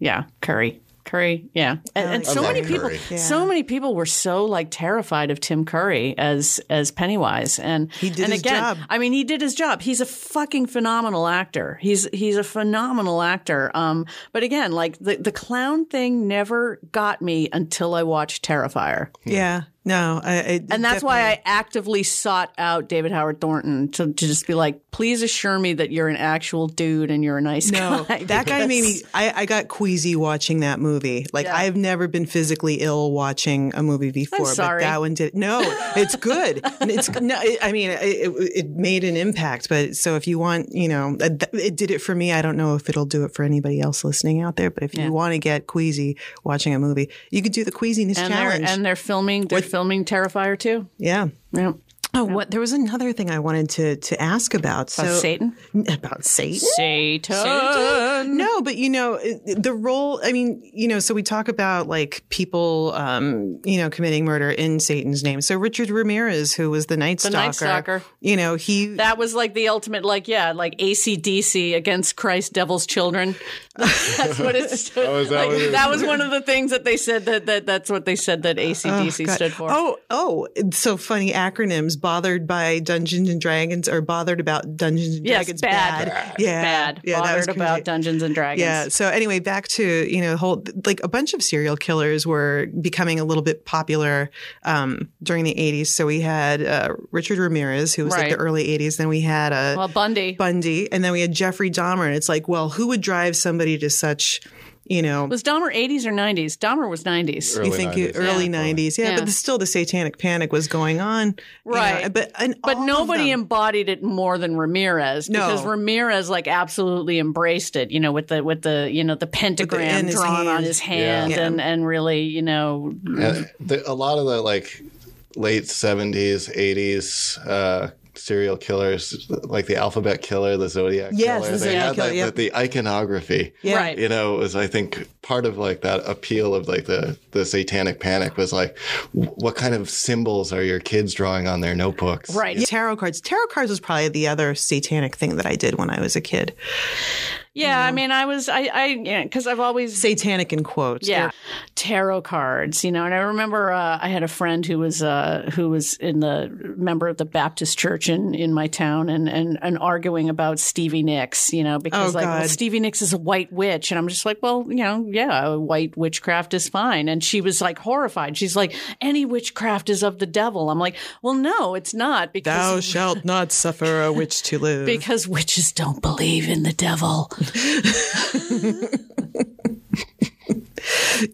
Yeah. Curry. Curry. Yeah. And, and like so I love many people Curry. so many people were so like terrified of Tim Curry as as Pennywise. And he did and his again, job. I mean he did his job. He's a fucking phenomenal actor. He's he's a phenomenal actor. Um but again, like the, the clown thing never got me until I watched Terrifier. Yeah, no, I, I And that's why I actively sought out David Howard Thornton to, to just be like, please assure me that you're an actual dude and you're a nice No, guy. that guy made because- me. I, I got queasy watching that movie. Like I've never been physically ill watching a movie before, sorry. but that one did. No, it's good. it's no. It, I mean, it, it, it made an impact. But so if you want, you know, uh, th- it did it for me. I don't know if it'll do it for anybody else listening out there. But if you want to get queasy watching a movie, you could do the queasiness and challenge. They're, and they're filming. They're filming Terrifier too. yeah. Yeah. Oh, what? There was another thing I wanted to to ask about. So Satan. about Satan. Satan. No, but you know it- the role. I mean, you know, so we talk about like people, um, you know, committing murder in Satan's name. So Richard Ramirez, who was the Night The Stalker, Night Stalker. you know, he That was like the ultimate, like yeah, like ACDC against Christ, Devil's Children. That's what it stood. Oh, is that like, what it is? that was one of the things that they said that, that that's what they said that ACDC God. stood for. Oh, oh, it's so funny acronyms. Bothered by Dungeons and Dragons, or bothered about Dungeons and Yes, Dragons. bad. yeah, bad. yeah, that was Bothered about crazy. Dungeons and Dragons. Yeah. So anyway, back to you know the whole like a bunch of serial killers were becoming a little bit popular um, during the '80s. So we had uh, Richard Ramirez, who was like Right. the early '80s. Then we had uh, Well, Bundy. Bundy, and then we had Jeffrey Dahmer. And it's like, well, who would drive somebody to such you know, Was Dahmer 80s or 90s? Dahmer was 90s. you think you- early 90s. Yeah, Yeah. but the, still the satanic panic was going on. you know, Right. but and But all of nobody them- embodied it more than Ramirez No. because Ramirez like absolutely embraced it, you know, with the with the you know the in pentagram his drawn on hand. his hand Yeah. and and really you know Yeah, Uh, the, a lot of the like late seventies, eighties uh, serial killers, like the Alphabet Killer, the Zodiac Yes, Killer, the they Zodiac had Killer, like, yep. the, the iconography. Yeah. right You know, was I think part of like that appeal of like the the Satanic Panic was like, w- what kind of symbols are your kids drawing on their notebooks? right tarot cards. Tarot cards was probably the other satanic thing that I did when I was a kid. yeah. I mean, I was I I yeah because I've always Satanic in quotes. Yeah, tarot cards. You know, and I remember uh, I had a friend who was uh, who was in the member of the Baptist church in, in my town, and, and and arguing about Stevie Nicks. You know, because Oh, like well, God. Stevie Nicks is a white witch, and I'm just like, well, you know, yeah, white witchcraft is fine. And she was like horrified. She's like, any witchcraft is of the devil. I'm like, well, no, it's not Thou because shalt not suffer a witch to live. because witches don't believe in the devil.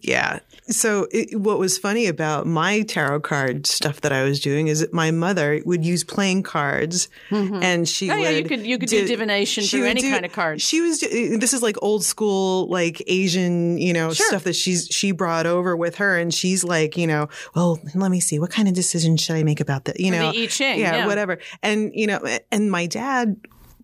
Yeah. So it, what was funny about my tarot card stuff that I was doing is that my mother would use playing cards, and she Oh, would yeah, you could- you could do divination she through would any kind of card. She was do- this is like old school like Asian you know stuff that she's she brought over with her, and she's like you know well let me see what kind of decision should I make about that you know I Ching. yeah, whatever. And you know, and my dad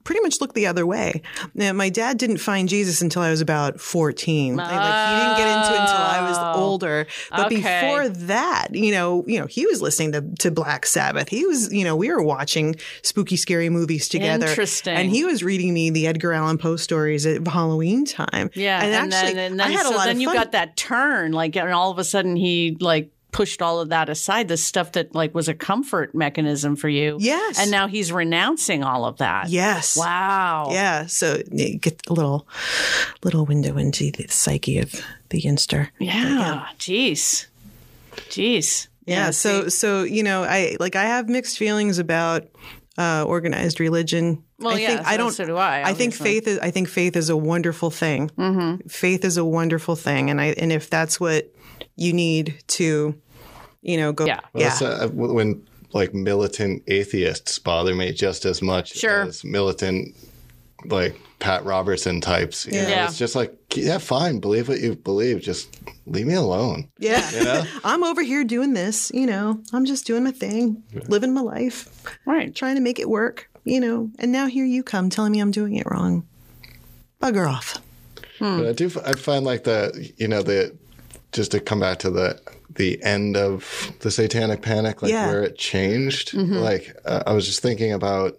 pretty much looked the other way. Now, my dad didn't find Jesus until I was about 14. Like, like, he didn't get into it until I was Oh. older. But Okay. before that, you know, you know, he was listening to, to Black Sabbath. He was, you know, we were watching spooky scary movies together. Interesting. And he was reading me the Edgar Allan Poe stories at Halloween time. Yeah, And, actually then, and then, I had so a lot then of you fun. got that turn, like, and all of a sudden he like pushed all of that aside, the stuff that like was a comfort mechanism for you. Yes. and now he's renouncing all of that. Yes. Wow. Yeah, so you get a little little window into the psyche of the Inster. Yeah. Jeez. Jeez. Yeah, so so you know, I like I have mixed feelings about uh, organized religion. Well, I yeah, think, I so- don't. so do I, I obviously. think Mm-hmm. faith is. I think faith is a wonderful thing. Faith is a wonderful thing, and I and if that's what you need to, you know, go. Yeah. Well, that's, uh, when like militant atheists bother me just as much Sure. as militant like Pat Robertson types. You know? Yeah. It's just like, yeah, fine, believe what you believe. Just leave me alone. yeah. You know? I'm over here doing this. You know, I'm just doing my thing, living my life, Right. trying to make it work. You know, and now here you come telling me I'm doing it wrong. Bugger off. Hmm. But I do. f- I find like the you know the just to come back to the the end of the Satanic Panic, like Yeah. where it changed. Mm-hmm. Like uh, I was just thinking about.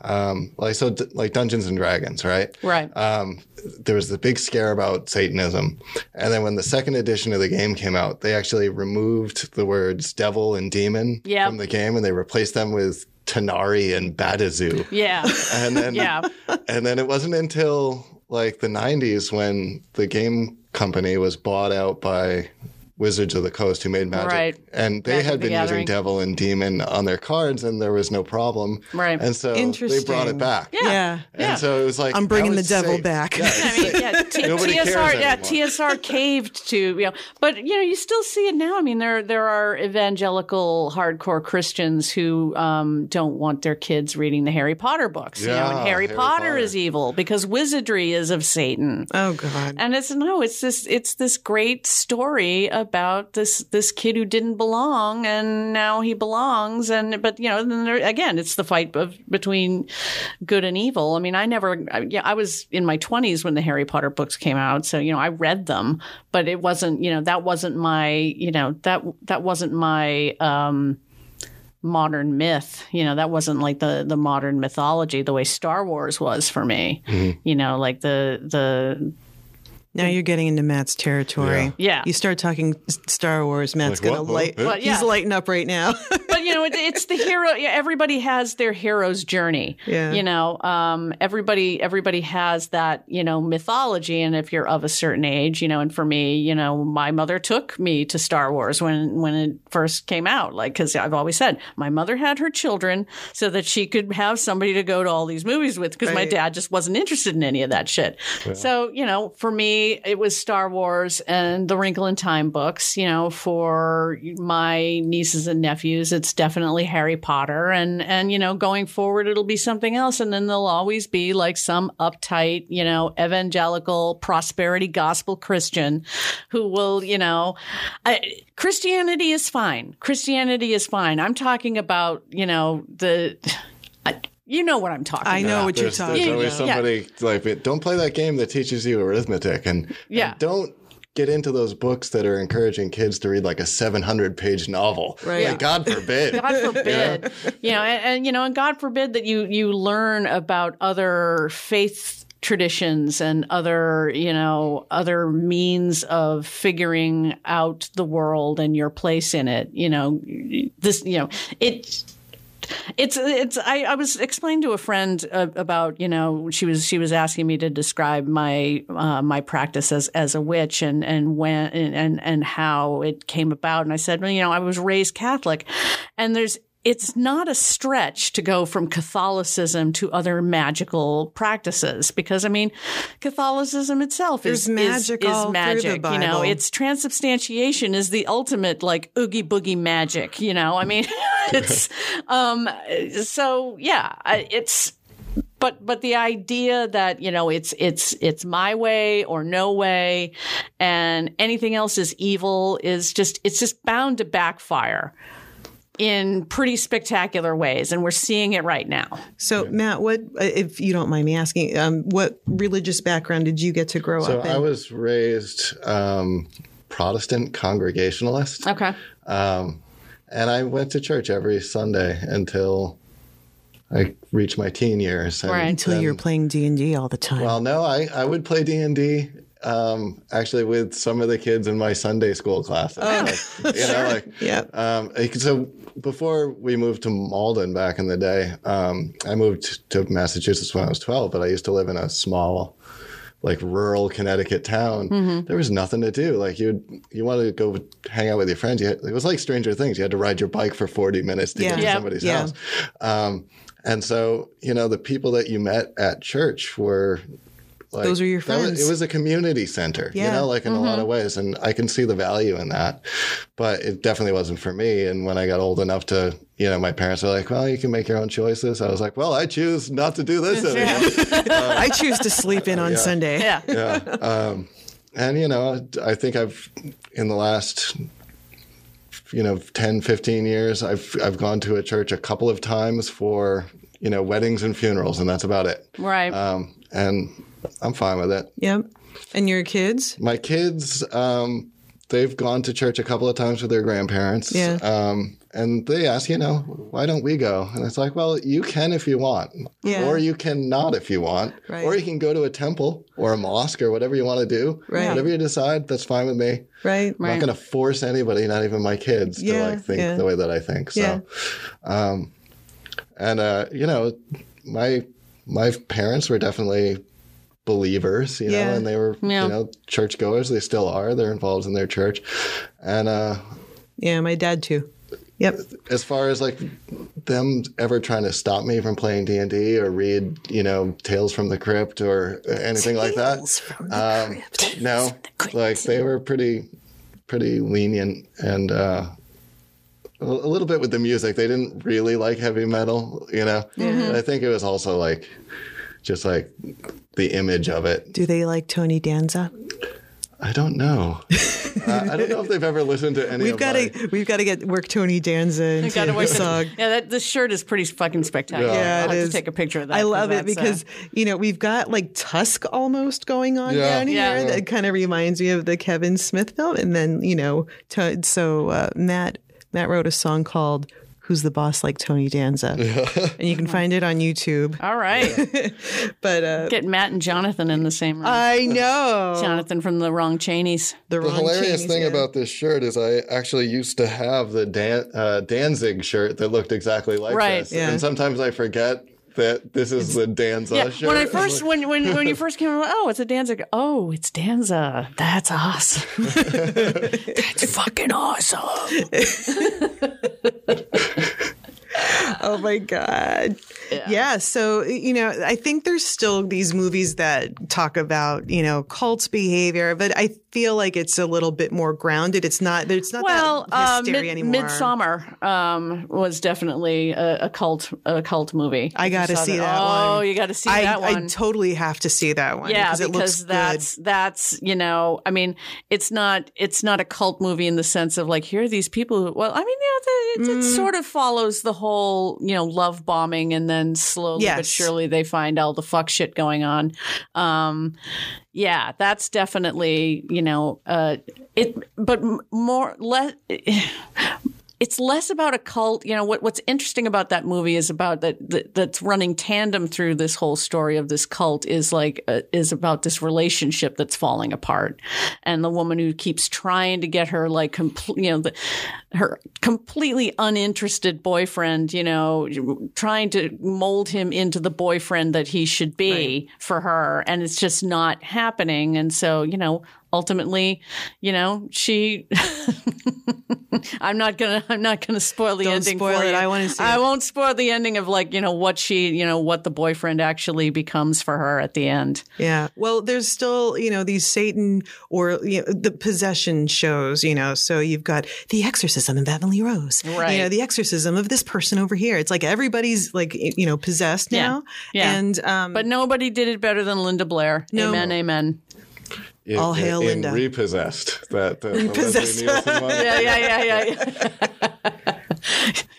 Um, like so, d- like Dungeons and Dragons, right? Right. Um, there was the big scare about Satanism, and then when the second edition of the game came out, they actually removed the words devil and demon Yep. from the game, and they replaced them with Tanari and Badazu. yeah. And then Yeah. and then it wasn't until like the 90s when the game company was bought out by Wizards of the Coast who made Magic. Right. And they Magic had the been Gathering. using Devil and Demon on their cards and there was no problem. Right. And so they Interesting. brought it back. Yeah. And Yeah. so it was like I'm bringing now the it's devil safe. back. Yeah, it's I mean, safe. yeah, T- Nobody TSR, cares yeah, anymore. TSR caved to, you know, but you know, you still see it now. I mean, there there are evangelical hardcore Christians who um, don't want their kids reading the Harry Potter books. you know, and Yeah, Harry, Harry Potter, Potter. is evil because wizardry is of Satan. Oh God. And it's no, it's this it's this great story about this this kid who didn't belong and now he belongs and but you know then there, again it's the fight of, between good and evil. I mean, I never I, yeah, I was in my 20s when the Harry Potter books came out, so you know, I read them, but it wasn't, you know, that wasn't my, you know, that that wasn't my um modern myth. You know, that wasn't like the the modern mythology the way Star Wars was for me. You know, like the the Now you're getting into Matt's territory. Yeah. Yeah. You start talking S- Star Wars, Matt's Like, gonna what? light. What? Well, yeah. He's lighting up right now. but but you know, it, it's the hero. yeah, Everybody has their hero's journey. Yeah. You know, um, everybody everybody has that you know mythology, and if you're of a certain age, you know, and for me, you know, my mother took me to Star Wars when when it first came out, like because I've always said my mother had her children so that she could have somebody to go to all these movies with because my Right. dad just wasn't interested in any of that shit. So you know, for me, it was Star Wars and the Wrinkle in Time books. You know, for my nieces and nephews, it's definitely Harry Potter, and and you know, going forward, it'll be something else, and then there'll always be like some uptight, you know, evangelical prosperity gospel Christian who will, you know, I, Christianity is fine. Christianity is fine. I'm talking about, you know, the. I, you know what I'm talking I about. know what you're there's, talking there's about. always somebody like it- don't play that game that teaches you arithmetic and, Yeah. and don't get into those books that are encouraging kids to read like a 700 page novel Right. Like, god forbid God forbid, you know, and, and you know, and God forbid that you you learn about other faith traditions and other you know other means of figuring out the world and your place in it. You know, this you know it. It's it's I, I was explaining to a friend uh, about you know she was she was asking me to describe my uh, my practice as as a witch and and when and, and and how it came about and I said well you know I was raised Catholic and there's it's not a stretch to go from Catholicism to other magical practices because I mean Catholicism itself is There's magic is, is all through the magic you know Bible. it's it's transubstantiation is the ultimate like oogie boogie magic you know i mean it's um so yeah I- it's but but the idea that you know it's it's it's my way or no way and anything else is evil is just it's just bound to backfire in pretty spectacular ways and we're seeing it right now So, Matt, what, uh, if you don't mind me asking, um, what religious background did you get to grow so up in? i was raised um, protestant congregationalist okay Um, and I went to church every Sunday until I reached my teen years. And Right. Until you're then- playing D and D all the time. Um, Well, no, I, I would play D and D. Um, actually, with some of the kids in my Sunday school classes, like, you know, like Yep. um, like, so before we moved to Malden back in the day, um, I moved to Massachusetts when I was 12, but I used to live in a small, like rural Connecticut town. Mm-hmm. There was nothing to do. Like you, you wanted to go hang out with your friends. You had, it was like Stranger Things. You had to ride your bike for 40 minutes to Yeah. get to Yeah. somebody's Yeah. house. Um, and so, you know, the people that you met at church were like, Those were your that was- friends. it was a community center, you Yeah. know, like in a lot of ways. And I can see the value in that, but it definitely wasn't for me. And when I got old enough to, you know, my parents were like, well, you can make your own choices. I was like, well, I choose not to do this anymore. uh, I choose to sleep in on Sunday. yeah and, you know, I think I've, in the last, you know, 10, 15 years, I've, I've gone to a church a couple of times for, you know, weddings and funerals, and that's about it. right Um, and I'm fine with it. Yep. And your kids? my kids um, they've gone to church a couple of times with their grandparents Yeah. um, and they ask you know why don't we go and it's like well you can if you want Yeah. or you can not if you want Right. or you can go to a temple or a mosque or whatever you want to do Right. whatever you decide that's fine with me Right. i'm not going to force anybody not even my kids Yeah, to like think yeah. the way that i think so Yeah. um, and uh, you know my my parents were definitely believers, you Yeah. know, and they were Yeah. you know churchgoers. They still are. They're involved in their church, and uh, Yeah. My dad too. Yep. as far as like them ever trying to stop me from playing D and D or read you know Tales from the Crypt or anything like that, um, no, like they were pretty pretty lenient and. Uh, a a little bit with the music. They didn't really like heavy metal, you know. Mm-hmm. But I think it was also like just like the image of it Do they like Tony Danza? I don't know. uh, I don't know if they've ever listened to any. We've of got my- to we've got to get work Tony Danza into Gotta the wait for the- song. yeah, that this shirt is pretty fucking spectacular. Yeah. Yeah, I'll it have is. to take a picture of that. I 'cause love it that's, uh, because you know we've got like Tusk almost going on Yeah. down Yeah. here. That kind of reminds me of the Kevin Smith film, and then you know, t- so uh, Matt Matt wrote a song called Who's the Boss Like Tony Danza. and you can find it on YouTube. All right. But uh, Get Matt and Jonathan in the same room. I know. Jonathan from the wrong Cheneys. The The, Ron hilarious Chaney's, thing yeah. about this shirt is I actually used to have the Dan- uh, Danzig shirt that looked exactly like Right. this. Yeah. And sometimes I forget that this is the Danza Yeah, shirt. when I first when when when you first came, out, oh, it's a Danzig. Oh, it's Danza. That's awesome. That's fucking awesome. Oh my God. Yeah. So, you know, I think there's still these movies that talk about, you know, cult behavior, but I feel like it's a little bit more grounded. It's not, it's not Well, that uh, hysteria mid- anymore. Midsummer um, was definitely a, a cult a cult movie. I got to see that one. Oh, you got to see I, that one. I totally have to see that one. yeah, because, it looks because that's that's you know, I mean, it's not it's not a cult movie in the sense of like here are these people. Who, well, I mean, yeah, it, it, Mm. it sort of follows the whole you know love bombing, and then slowly but Yes. surely they find all the fuck shit going on. Um, yeah, that's definitely you know uh, it, but m- more less. it's less about a cult. You know what? What's interesting about that movie is about that, that that's running tandem through this whole story of this cult is like uh, is about this relationship that's falling apart, and the woman who keeps trying to get her like complete, you know, the, her completely uninterested boyfriend, you know, trying to mold him into the boyfriend that he should be for her, and it's just not happening. And so you know, ultimately, you know, she. I'm not gonna. I'm not gonna spoil the Don't ending. spoil for it. you. I wanna see I it. won't spoil the ending of like you know what she you know what the boyfriend actually becomes for her at the end. Yeah. Well, there's still, you know, these Satan or you know, the possession shows, you know, so you've got the exorcism of Beverly Rose, Right. You know, the exorcism of this person over here. It's like everybody's like, you know, possessed Yeah. now. Yeah. And, um, But nobody did it better than Linda Blair. No. Amen. Amen. In- All hail in Linda. Repossessed. That, uh, repossessed. Repossessed. Yeah, yeah, yeah, yeah. yeah.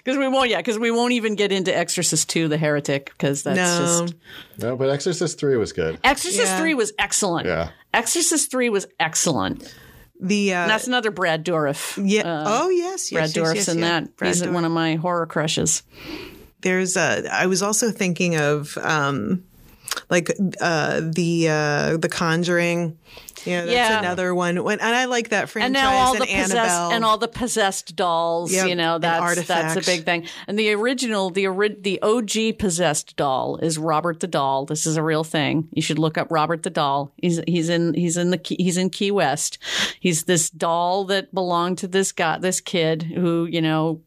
Because we won't, yeah, because we won't even get into Exorcist Two: The Heretic, because that's no, just No, but Exorcist 3 was good. Exorcist Yeah. Three was excellent. Yeah. Exorcist Three was excellent. the, uh, And that's another Brad Dourif. yeah. oh, yes. yes, Brad yes, Dourif's yes, in yeah. that. Brad He's Dourif. one of my horror crushes. there's a I was also thinking of um like uh the uh the conjuring yeah that's Yeah. another one when, and I like that franchise and now all and the possessed Annabelle and all the possessed dolls. Yep, You know and that's that's a artifacts. big thing. And the original, the ori- the OG possessed doll is Robert the doll. This is a real thing. You should look up Robert the doll. He's he's in he's in the Key- he's in Key West. He's this doll that belonged to this guy, this kid who you know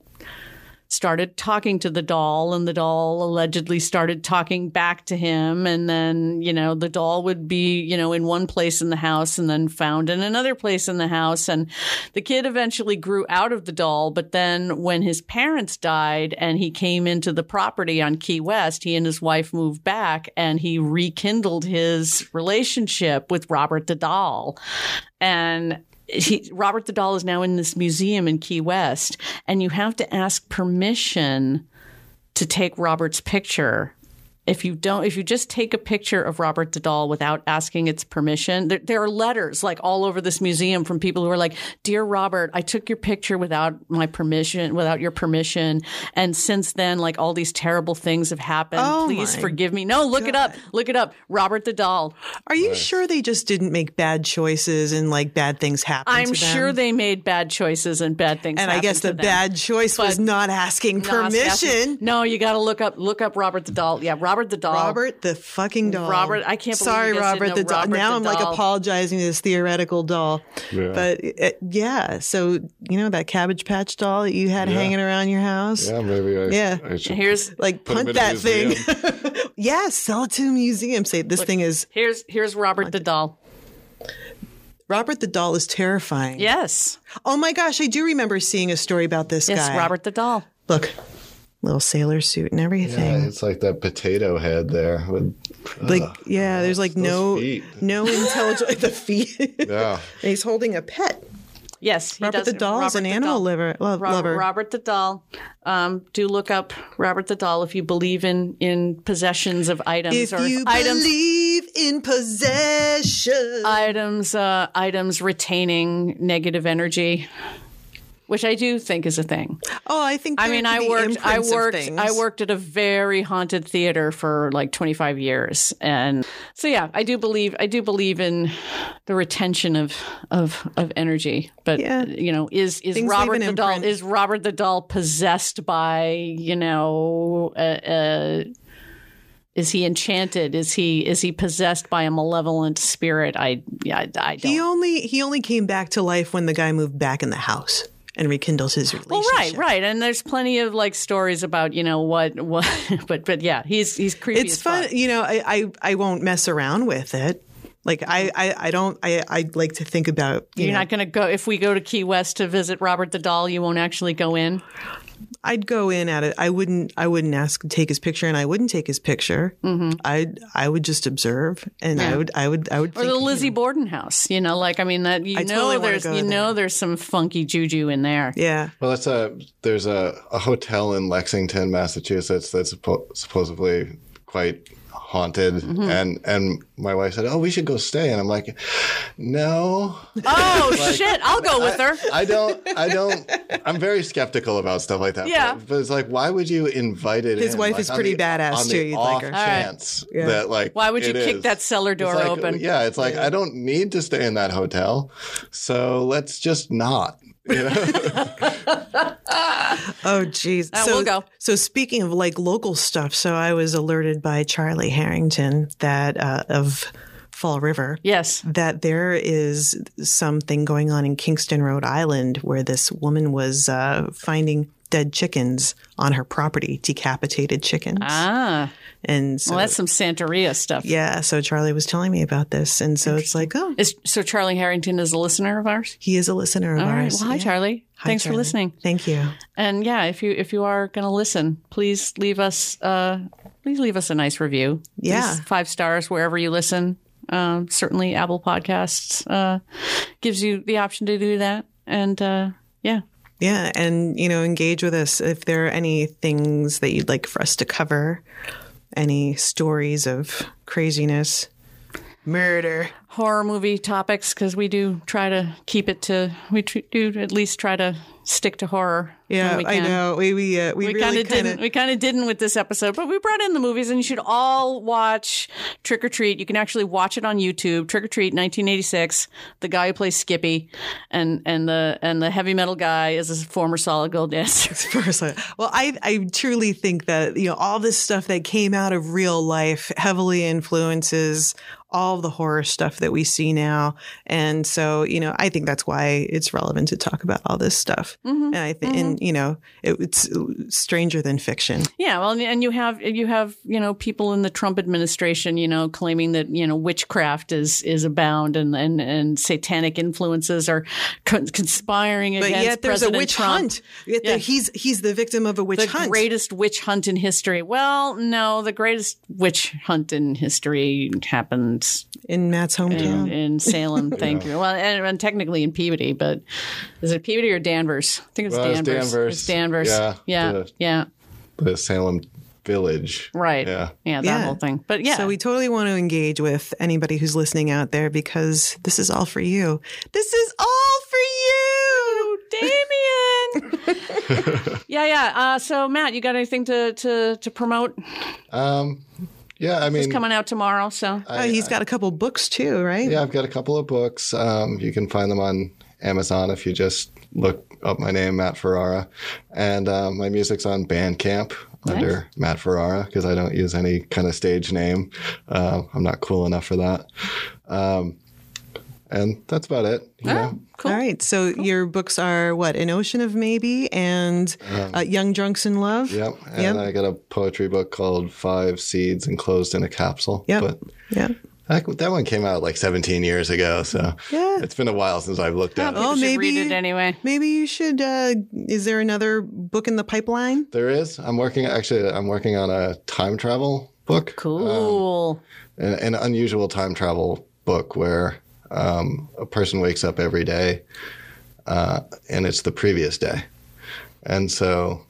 started talking to the doll and the doll allegedly started talking back to him and then you know the doll would be you know in one place in the house and then found in another place in the house and the kid eventually grew out of the doll but then when his parents died and he came into the property on Key West he and his wife moved back and he rekindled his relationship with Robert the doll and he, Robert the Doll is now in this museum in Key West, and you have to ask permission to take Robert's picture. If you don't, if you just take a picture of Robert the Doll without asking its permission, there, there are letters like all over this museum from people who are like, "Dear Robert, I took your picture without my permission, without your permission, and since then, like all these terrible things have happened. Oh, Please my forgive me." No, look it up. Look it up. Robert the Doll. are you sure they just didn't make bad choices and like bad things happen I'm to them? sure they made bad choices and bad things. and I happened guess to the them. bad choice was not No, asking it's permission definitely- No, you got to look up look up Robert the Doll. Yeah, Robert the Doll. Robert the fucking doll. Robert- I can't believe Sorry, you guys didn't Robert know the doll. Robert now the I'm like doll. apologizing to this theoretical doll. But uh, yeah, so you know that Cabbage Patch doll that you had hanging around your house. Yeah, maybe I, Yeah. I should. Here's Like Put 'em punt in a that thing. museum. yeah, sell it to a museum. Say this thing is here's here's Robert the Doll. Robert the doll is terrifying. Yes, Oh my gosh, I do remember seeing a story about this yes, guy. Robert the Doll. Look, little sailor suit and everything. Yeah, it's like that potato head there. With, Like yeah, there's like those no feet. no intelligence. the feet. and yeah. he's holding a pet. Yes, he Robert does the it. Doll is Robert an the animal Doll. liver, lo- Robert, lover. Robert the Doll. Um, do look up Robert the Doll if you believe in in possessions of items If or you items Uh, believe in possession, items uh, items retaining negative energy. which I do think is a thing. Oh, I think. I there mean, could I be worked, I imprints of worked, things. I worked at a very haunted theater for like 25 years, and so yeah, I do believe, I do believe in the retention of of of energy. But Yeah. you know, is is Things leave Robert an the doll imprint. is Robert the doll possessed by you know? Uh, uh, is he enchanted? Is he is he possessed by a malevolent spirit? I yeah, I, I don't. He only he only came back to life when the guy moved back in the house and rekindles his Well, right, relationship. right, and there's plenty of like stories about you know what, what, but but yeah, he's he's creepy. It's as fuck. fun, you know. I, I I won't mess around with it. Like I I, I don't I I like to think about. You You're know, not going to go if we go to Key West to visit Robert the Doll. You won't actually go in. I'd go in at it. I wouldn't. I wouldn't ask to take his picture, and I wouldn't take his picture. Mm-hmm. I I would just observe, and I would I would I would. Or think, the you know, Lizzie Borden house, you know, like I mean that you I know totally wanna there's go you there. know there's some funky juju in there. yeah. Well, that's a there's a, a hotel in Lexington, Massachusetts that's suppo- supposedly quite haunted, and and my wife said, "Oh, we should go stay," and I'm like, "No, Oh shit, I'll go with her. I don't, I don't. I'm very skeptical about stuff like that. Yeah. but, but it's like, why would you invite it? His in? wife Like, is on pretty the- badass, on too, The you'd off like her. All right. chance Yeah. that like, Why would you it kick is. that cellar door It's like- open? Yeah, it's like I don't need to stay in that hotel, so let's just not. You know? Oh, geez. Uh, we'll go. So speaking of like local stuff, so I was alerted by Charlie Harrington that uh, of Fall River. Yes. That there is something going on in Kingston, Rhode Island, where this woman was uh, finding dead chickens on her property, decapitated chickens. Ah, and so, well, that's some Santeria stuff. yeah, so Charlie was telling me about this. And so it's like, oh, Is, so Charlie Harrington is a listener of ours. he is a listener of All right. ours. Well, hi Yeah. Charlie. Hi, Thanks Charlie. for listening. Thank you. And yeah, if you if you are going to listen, please leave us uh, please leave us a nice review. Yeah. Please, five stars wherever you listen. Um, certainly, Apple Podcasts uh, gives you the option to do that. And uh, yeah, Yeah, and you know, engage with us if there are any things that you'd like for us to cover, any stories of craziness, murder. horror movie topics because we do try to keep it to we tr- do at least try to stick to horror. when Yeah, we I can. know. We we uh, we, We kind really of didn't. We kind of didn't with this episode, but we brought in the movies, and you should all watch Trick or Treat. You can actually watch it on YouTube. Trick or Treat, 1986. The guy who plays Skippy, and and the and the heavy metal guy is a former Solid Gold dancer. First, uh, well, I I truly think that you know all this stuff that came out of real life heavily influences all the horror stuff that we see now, and so you know I think that's why it's relevant to talk about all this stuff. Mm-hmm. And I think, and you know, it, it's stranger than fiction. Yeah, well, and- and you have you have you know people in the Trump administration, you know, claiming that you know witchcraft is is abound and and, and satanic influences are con- conspiring but against yet there's President a witch Trump. hunt. Yet Yeah. the, he's he's the victim of a witch the hunt. greatest witch hunt in history. Well, no, the greatest witch hunt in history happened in Matt's hometown. in, in Salem. Thank you. Well, and, and technically in Peabody, but is it Peabody or Danvers? I think it's Well, it's Danvers. Danvers. It's Danvers. Yeah, yeah, the- yeah. the Salem Village, Right. Yeah. yeah, that Yeah. whole thing. But yeah, So we totally want to engage with anybody who's listening out there because this is all for you. This is all for you. Damien. yeah, yeah. Uh, so Matt, you got anything to to to promote? Um, yeah, I mean, It's coming out tomorrow, so Oh, he's got a couple books too, right? yeah, I've got a couple of books. Um, you can find them on Amazon if you just look up my name, Matt Ferrara, and um, my music's on Bandcamp under Matt Ferrara because I don't use any kind of stage name. Uh, I'm not cool enough for that. Um, and that's about it. you know? cool. All right. So your books are what? An Ocean of Maybe and uh, Young Drunks in Love. Yep. And Yep. I got a poetry book called Five Seeds Enclosed in a Capsule. Yep. But yeah. That, that one came out like 17 years ago, so Yeah. it's been a while since I've looked at it. Oh, You should maybe read it anyway. Maybe you should. Uh, is there another book in the pipeline? There is. I'm working actually. I'm working on a time travel book, Cool. Um, an, an unusual time travel book where um, a person wakes up every day, uh, and it's the previous day, and so.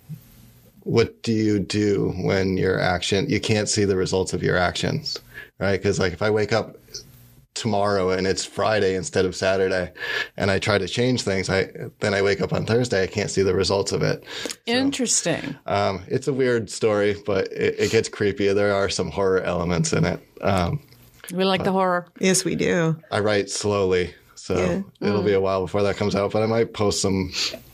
What do you do when your action you can't see the results of your actions, right? Because like if I wake up tomorrow and it's Friday instead of Saturday, and I try to change things, I then I wake up on Thursday, I can't see the results of it. Interesting. Um, it's a weird story, but it, it gets creepier. There are some horror elements in it. Um, we like uh, the horror. Yes, we do. I write slowly, so Yeah. it'll Mm. be a while before that comes out. But I might post some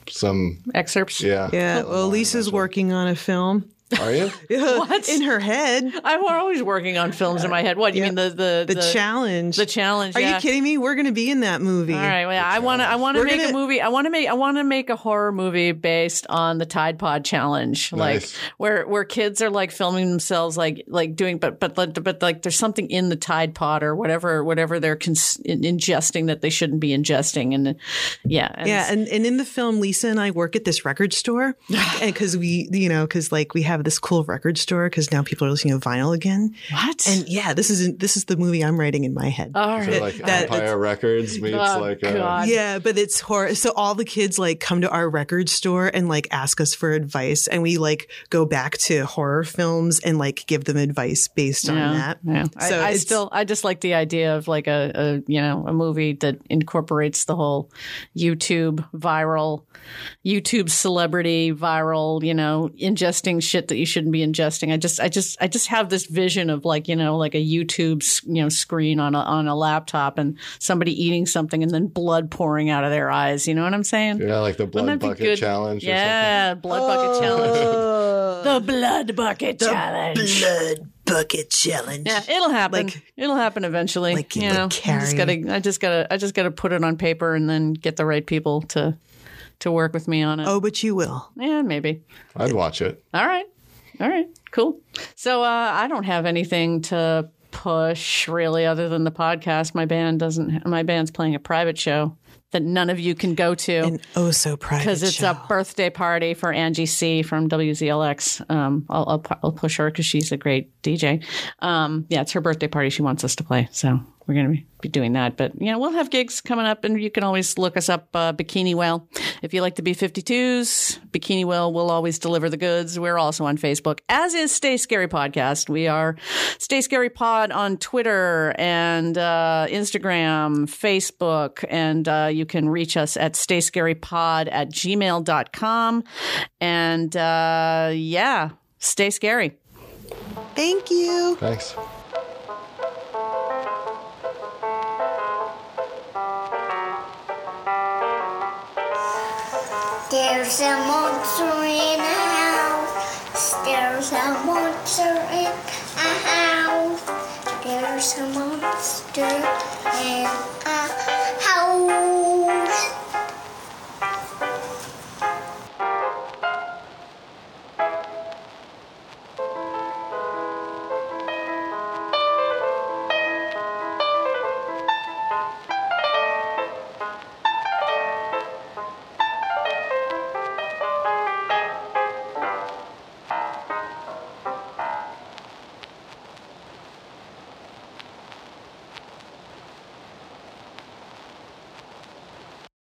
some. Excerpts. Yeah. Yeah. Well, Lisa's working on a film. Are you? What? In her head. I'm always working on films in my head. What you mean the the Uh, The, challenge. The challenge. Are yeah. you kidding me? We're going to be in that movie. All right. Well, I want to. I want to We're make a gonna- movie. I want to make. I want to make a horror movie based on the Tide Pod Challenge, Nice. like where where kids are like filming themselves, like like doing, but but but, but like there's something in the Tide Pod or whatever whatever they're cons- in- ingesting that they shouldn't be ingesting, and yeah, and Yeah, and, and in the film, Lisa and I work at this record store, and because we, you know, because like we have this cool record store because now people are listening to vinyl again. what? And yeah, this is this is the movie I'm writing in my head. All Is it right. like That- Empire Records meets Oh, like God. a, yeah, but it's horror. So all the kids like come to our record store and like ask us for advice, and we like go back to horror films and like give them advice based on that. Yeah. I- So I, it's- still I just like the idea of like a, a you know a movie that incorporates the whole YouTube viral, YouTube celebrity viral you know ingesting shit that you shouldn't be ingesting. I just I just I just have this vision of like you know like a YouTube s- you know screen on a, on a laptop and somebody eating something and then blood pouring out of their eyes. You know what I'm saying? yeah, like the blood Wouldn't that be bucket good? challenge. Or Yeah, blood bucket Oh. challenge. The blood bucket challenge. Blood bucket challenge. Yeah, it'll happen. Like- it'll happen eventually. like you in the know, I just carrier. gotta, I just gotta, I just gotta put it on paper and then get the right people to to work with me on it. Oh, but you will. Yeah, maybe. something. I'd watch it. All right, all right, cool. So uh, I don't have anything to push really, other than the podcast. My band doesn't. My band's playing a private show that none of you can go to And oh, so private. because it's show. a birthday party for Angie C from WZLX. Um, I'll, I'll, pu- I'll push her because she's a great DJ. Um, yeah, it's her birthday party. She wants us to play, so we're gonna be- be doing that. But you know, we'll have gigs coming up, and you can always look us up, uh, Bikini Whale. If you like the B52s, Bikini Whale will always deliver the goods. We're also on Facebook, as is Stay Scary Podcast. We are Stay Scary Pod on Twitter and uh, Instagram, Facebook, and uh, you can reach us at stayscarypod at gmail.com. And uh, yeah, stay scary. Thank you. Thanks. There's a monster in a house. There's a monster in a house. There's a monster in a